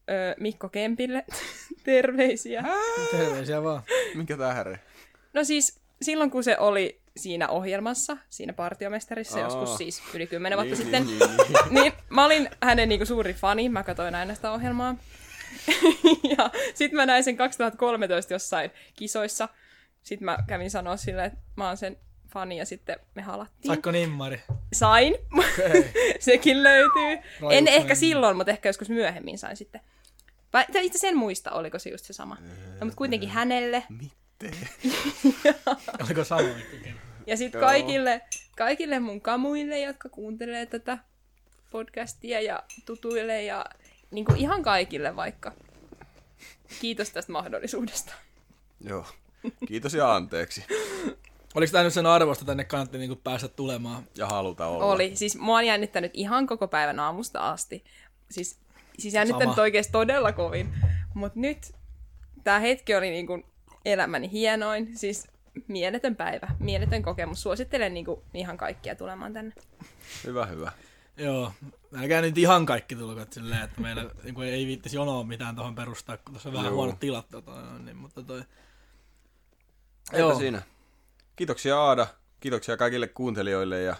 C: ö, Mikko Kempille terveisiä.
A: Terveisiä vaan.
B: Mikä tää häri?
C: No siis silloin, kun se oli siinä ohjelmassa, siinä partiomestarissa
B: Aa.
C: joskus siis yli kymmenen vuotta
B: Niin,
C: sitten,
B: niin, niin,
C: niin mä olin hänen niinku suuri fani, mä katsoin aina sitä ohjelmaa. ja sitten mä näin sen 2013 jossain kisoissa. Sitten mä kävin sanoa sille, että mä oon sen fani ja sitten me halattiin.
A: Saikko nimmari?
C: Sain.
A: Okei.
C: Sekin löytyy.
A: Raju
C: en ehkä
A: sain.
C: silloin, mutta ehkä joskus myöhemmin sain sitten. Vai tai itse sen muista, oliko se just se sama. No, mutta kuitenkin hänelle.
A: Oliko samoin kuin
C: Ja sitten
B: Joo.
C: kaikille, kaikille mun kamuille, jotka kuuntelee tätä podcastia ja tutuille ja niin kuin ihan kaikille vaikka. Kiitos tästä mahdollisuudesta.
B: niin. Joo. Kiitos ja anteeksi.
A: Oliko tämä nyt sen arvosta tänne kannatti niinku päästä tulemaan?
B: Ja haluta olla.
C: Oli. Siis mua on jännittänyt ihan koko päivän aamusta asti. Siis, siis jännittänyt
A: Sama.
C: oikeasti todella kovin. Mutta nyt tämä hetki oli niin kuin elämäni hienoin. Siis mieletön päivä, mieletön kokemus. Suosittelen niin kuin ihan kaikkia tulemaan tänne.
B: Hyvä, hyvä.
A: Joo. Älkää nyt ihan kaikki tulkot silleen, että meillä niinku, ei viittisi jonoa mitään tuohon perustaa, kun tuossa on vähän
B: Joo.
A: huonot tilat. Tota, noin, niin, mutta toi...
B: Eipä siinä. Kiitoksia Aada. Kiitoksia kaikille kuuntelijoille ja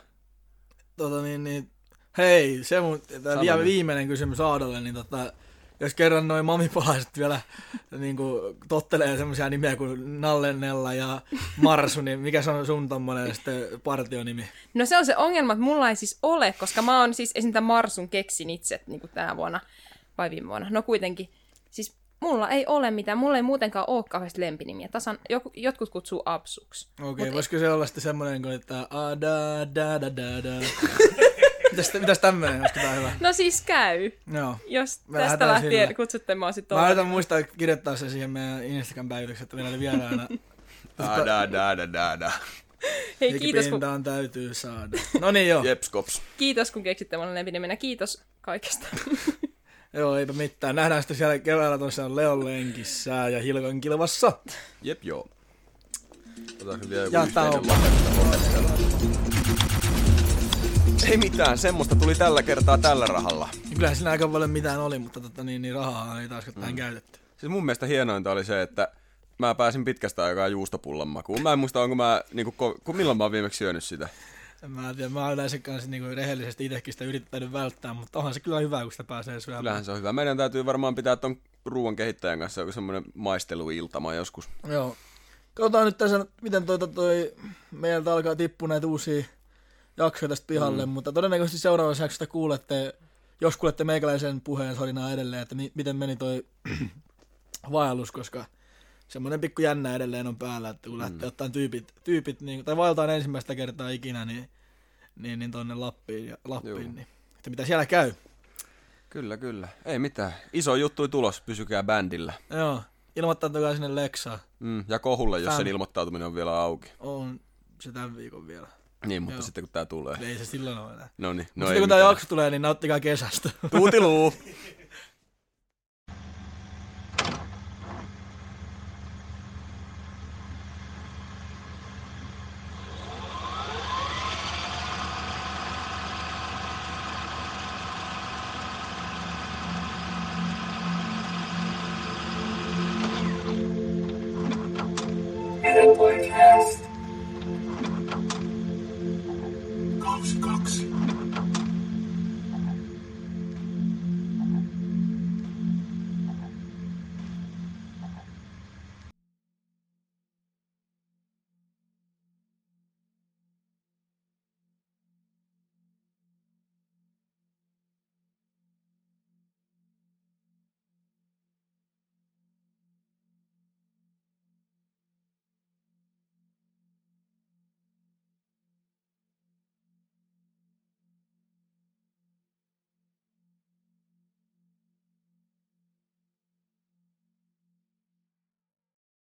A: tota niin, niin, hei, se mun tää
B: Sano
A: vie,
B: nyt.
A: viimeinen kysymys Aadalle, niin tota, jos kerran noin mamipalaiset vielä niin kuin, tottelee semmoisia nimiä kuin Nallennella ja Marsu, niin mikä se on sun tommonen sitten partionimi?
C: No se on se ongelma, että mulla ei siis ole, koska mä oon siis esim. tämän Marsun keksin itse niin kuin tänä vuonna vai viime vuonna. No kuitenkin, siis mulla ei ole mitään, mulla ei muutenkaan ole kauheasti lempinimiä. Tasan, joku- jotkut kutsuu Apsuksi.
A: Okei, okay, voisiko se olla sitten semmoinen kuin, että a da da da da da. mitäs, mitäs tämmöinen, olisiko tää hyvä?
C: No siis käy.
A: Joo.
C: Jos
A: Me
C: tästä
A: lähdetään
C: lähtien
A: sillä.
C: kutsutte mua sitten
A: Mä yritän muistaa kirjoittaa se siihen meidän Instagram-päivitykseen, että meillä oli vieraana.
B: da da da da da da.
C: Hei, kiitos kun,
A: Pintaan täytyy saada. No niin joo.
B: Jeps kops.
C: kiitos kun keksitte mulle lempinimenä. Kiitos kaikesta.
A: Joo, eipä mitään. Nähdään sitten siellä keväällä tuossa Leon lenkissä ja Hilkan kilvassa.
B: Jep joo. Otan vielä joku
A: Ja
B: yhteinen
A: tauko.
B: lopettelun. Ei mitään, semmoista tuli tällä kertaa tällä rahalla.
A: Ja Niin kyllähän siinä aika paljon mitään oli, mutta tota, niin, niin rahaa ei taas tähän mm. käytetty.
B: Siis mun mielestä hienointa oli se, että mä pääsin pitkästä aikaa juustopullan makuun. Mä en muista, onko mä, niinku, ko- ku- milloin mä oon viimeksi syönyt sitä.
A: En Mä en tiedä, mä oon yleensä kanssa niin rehellisesti itsekin sitä yrittänyt välttää, mutta onhan se kyllä hyvä, kun sitä pääsee syömään.
B: Kyllähän se on hyvä. Meidän täytyy varmaan pitää ton ruoan kehittäjän kanssa joku semmoinen maisteluiltama joskus.
A: Joo. Katsotaan nyt tässä, miten toi, toi meiltä alkaa tippua näitä uusia jaksoja tästä pihalle, mm. mutta todennäköisesti seuraavassa jaksossa kuulette, jos kuulette meikäläisen puheen sorinaa edelleen, että mi- miten meni toi vaellus, koska semmoinen pikku jännä edelleen on päällä, että kun lähtee ottaa tyypit, tyypit niin, tai vaeltaan ensimmäistä kertaa ikinä, niin, niin, niin tonne Lappiin, ja,
B: Juu.
A: Lappiin niin, että mitä siellä käy.
B: Kyllä, kyllä. Ei mitään. Iso juttu tulos, pysykää bändillä.
A: Joo, ilmoittautukaa sinne Lexaan,
B: Mm, ja kohulle, jos
A: Fam.
B: sen ilmoittautuminen on vielä auki.
A: on se tämän viikon vielä.
B: Niin, mutta
A: Joo.
B: sitten kun tää tulee.
A: Ei se silloin ole enää.
B: No niin,
A: No
B: no
A: Sitten
B: ei
A: kun tämä
B: mitään.
A: jakso tulee, niin nauttikaa kesästä.
B: Tuutiluu!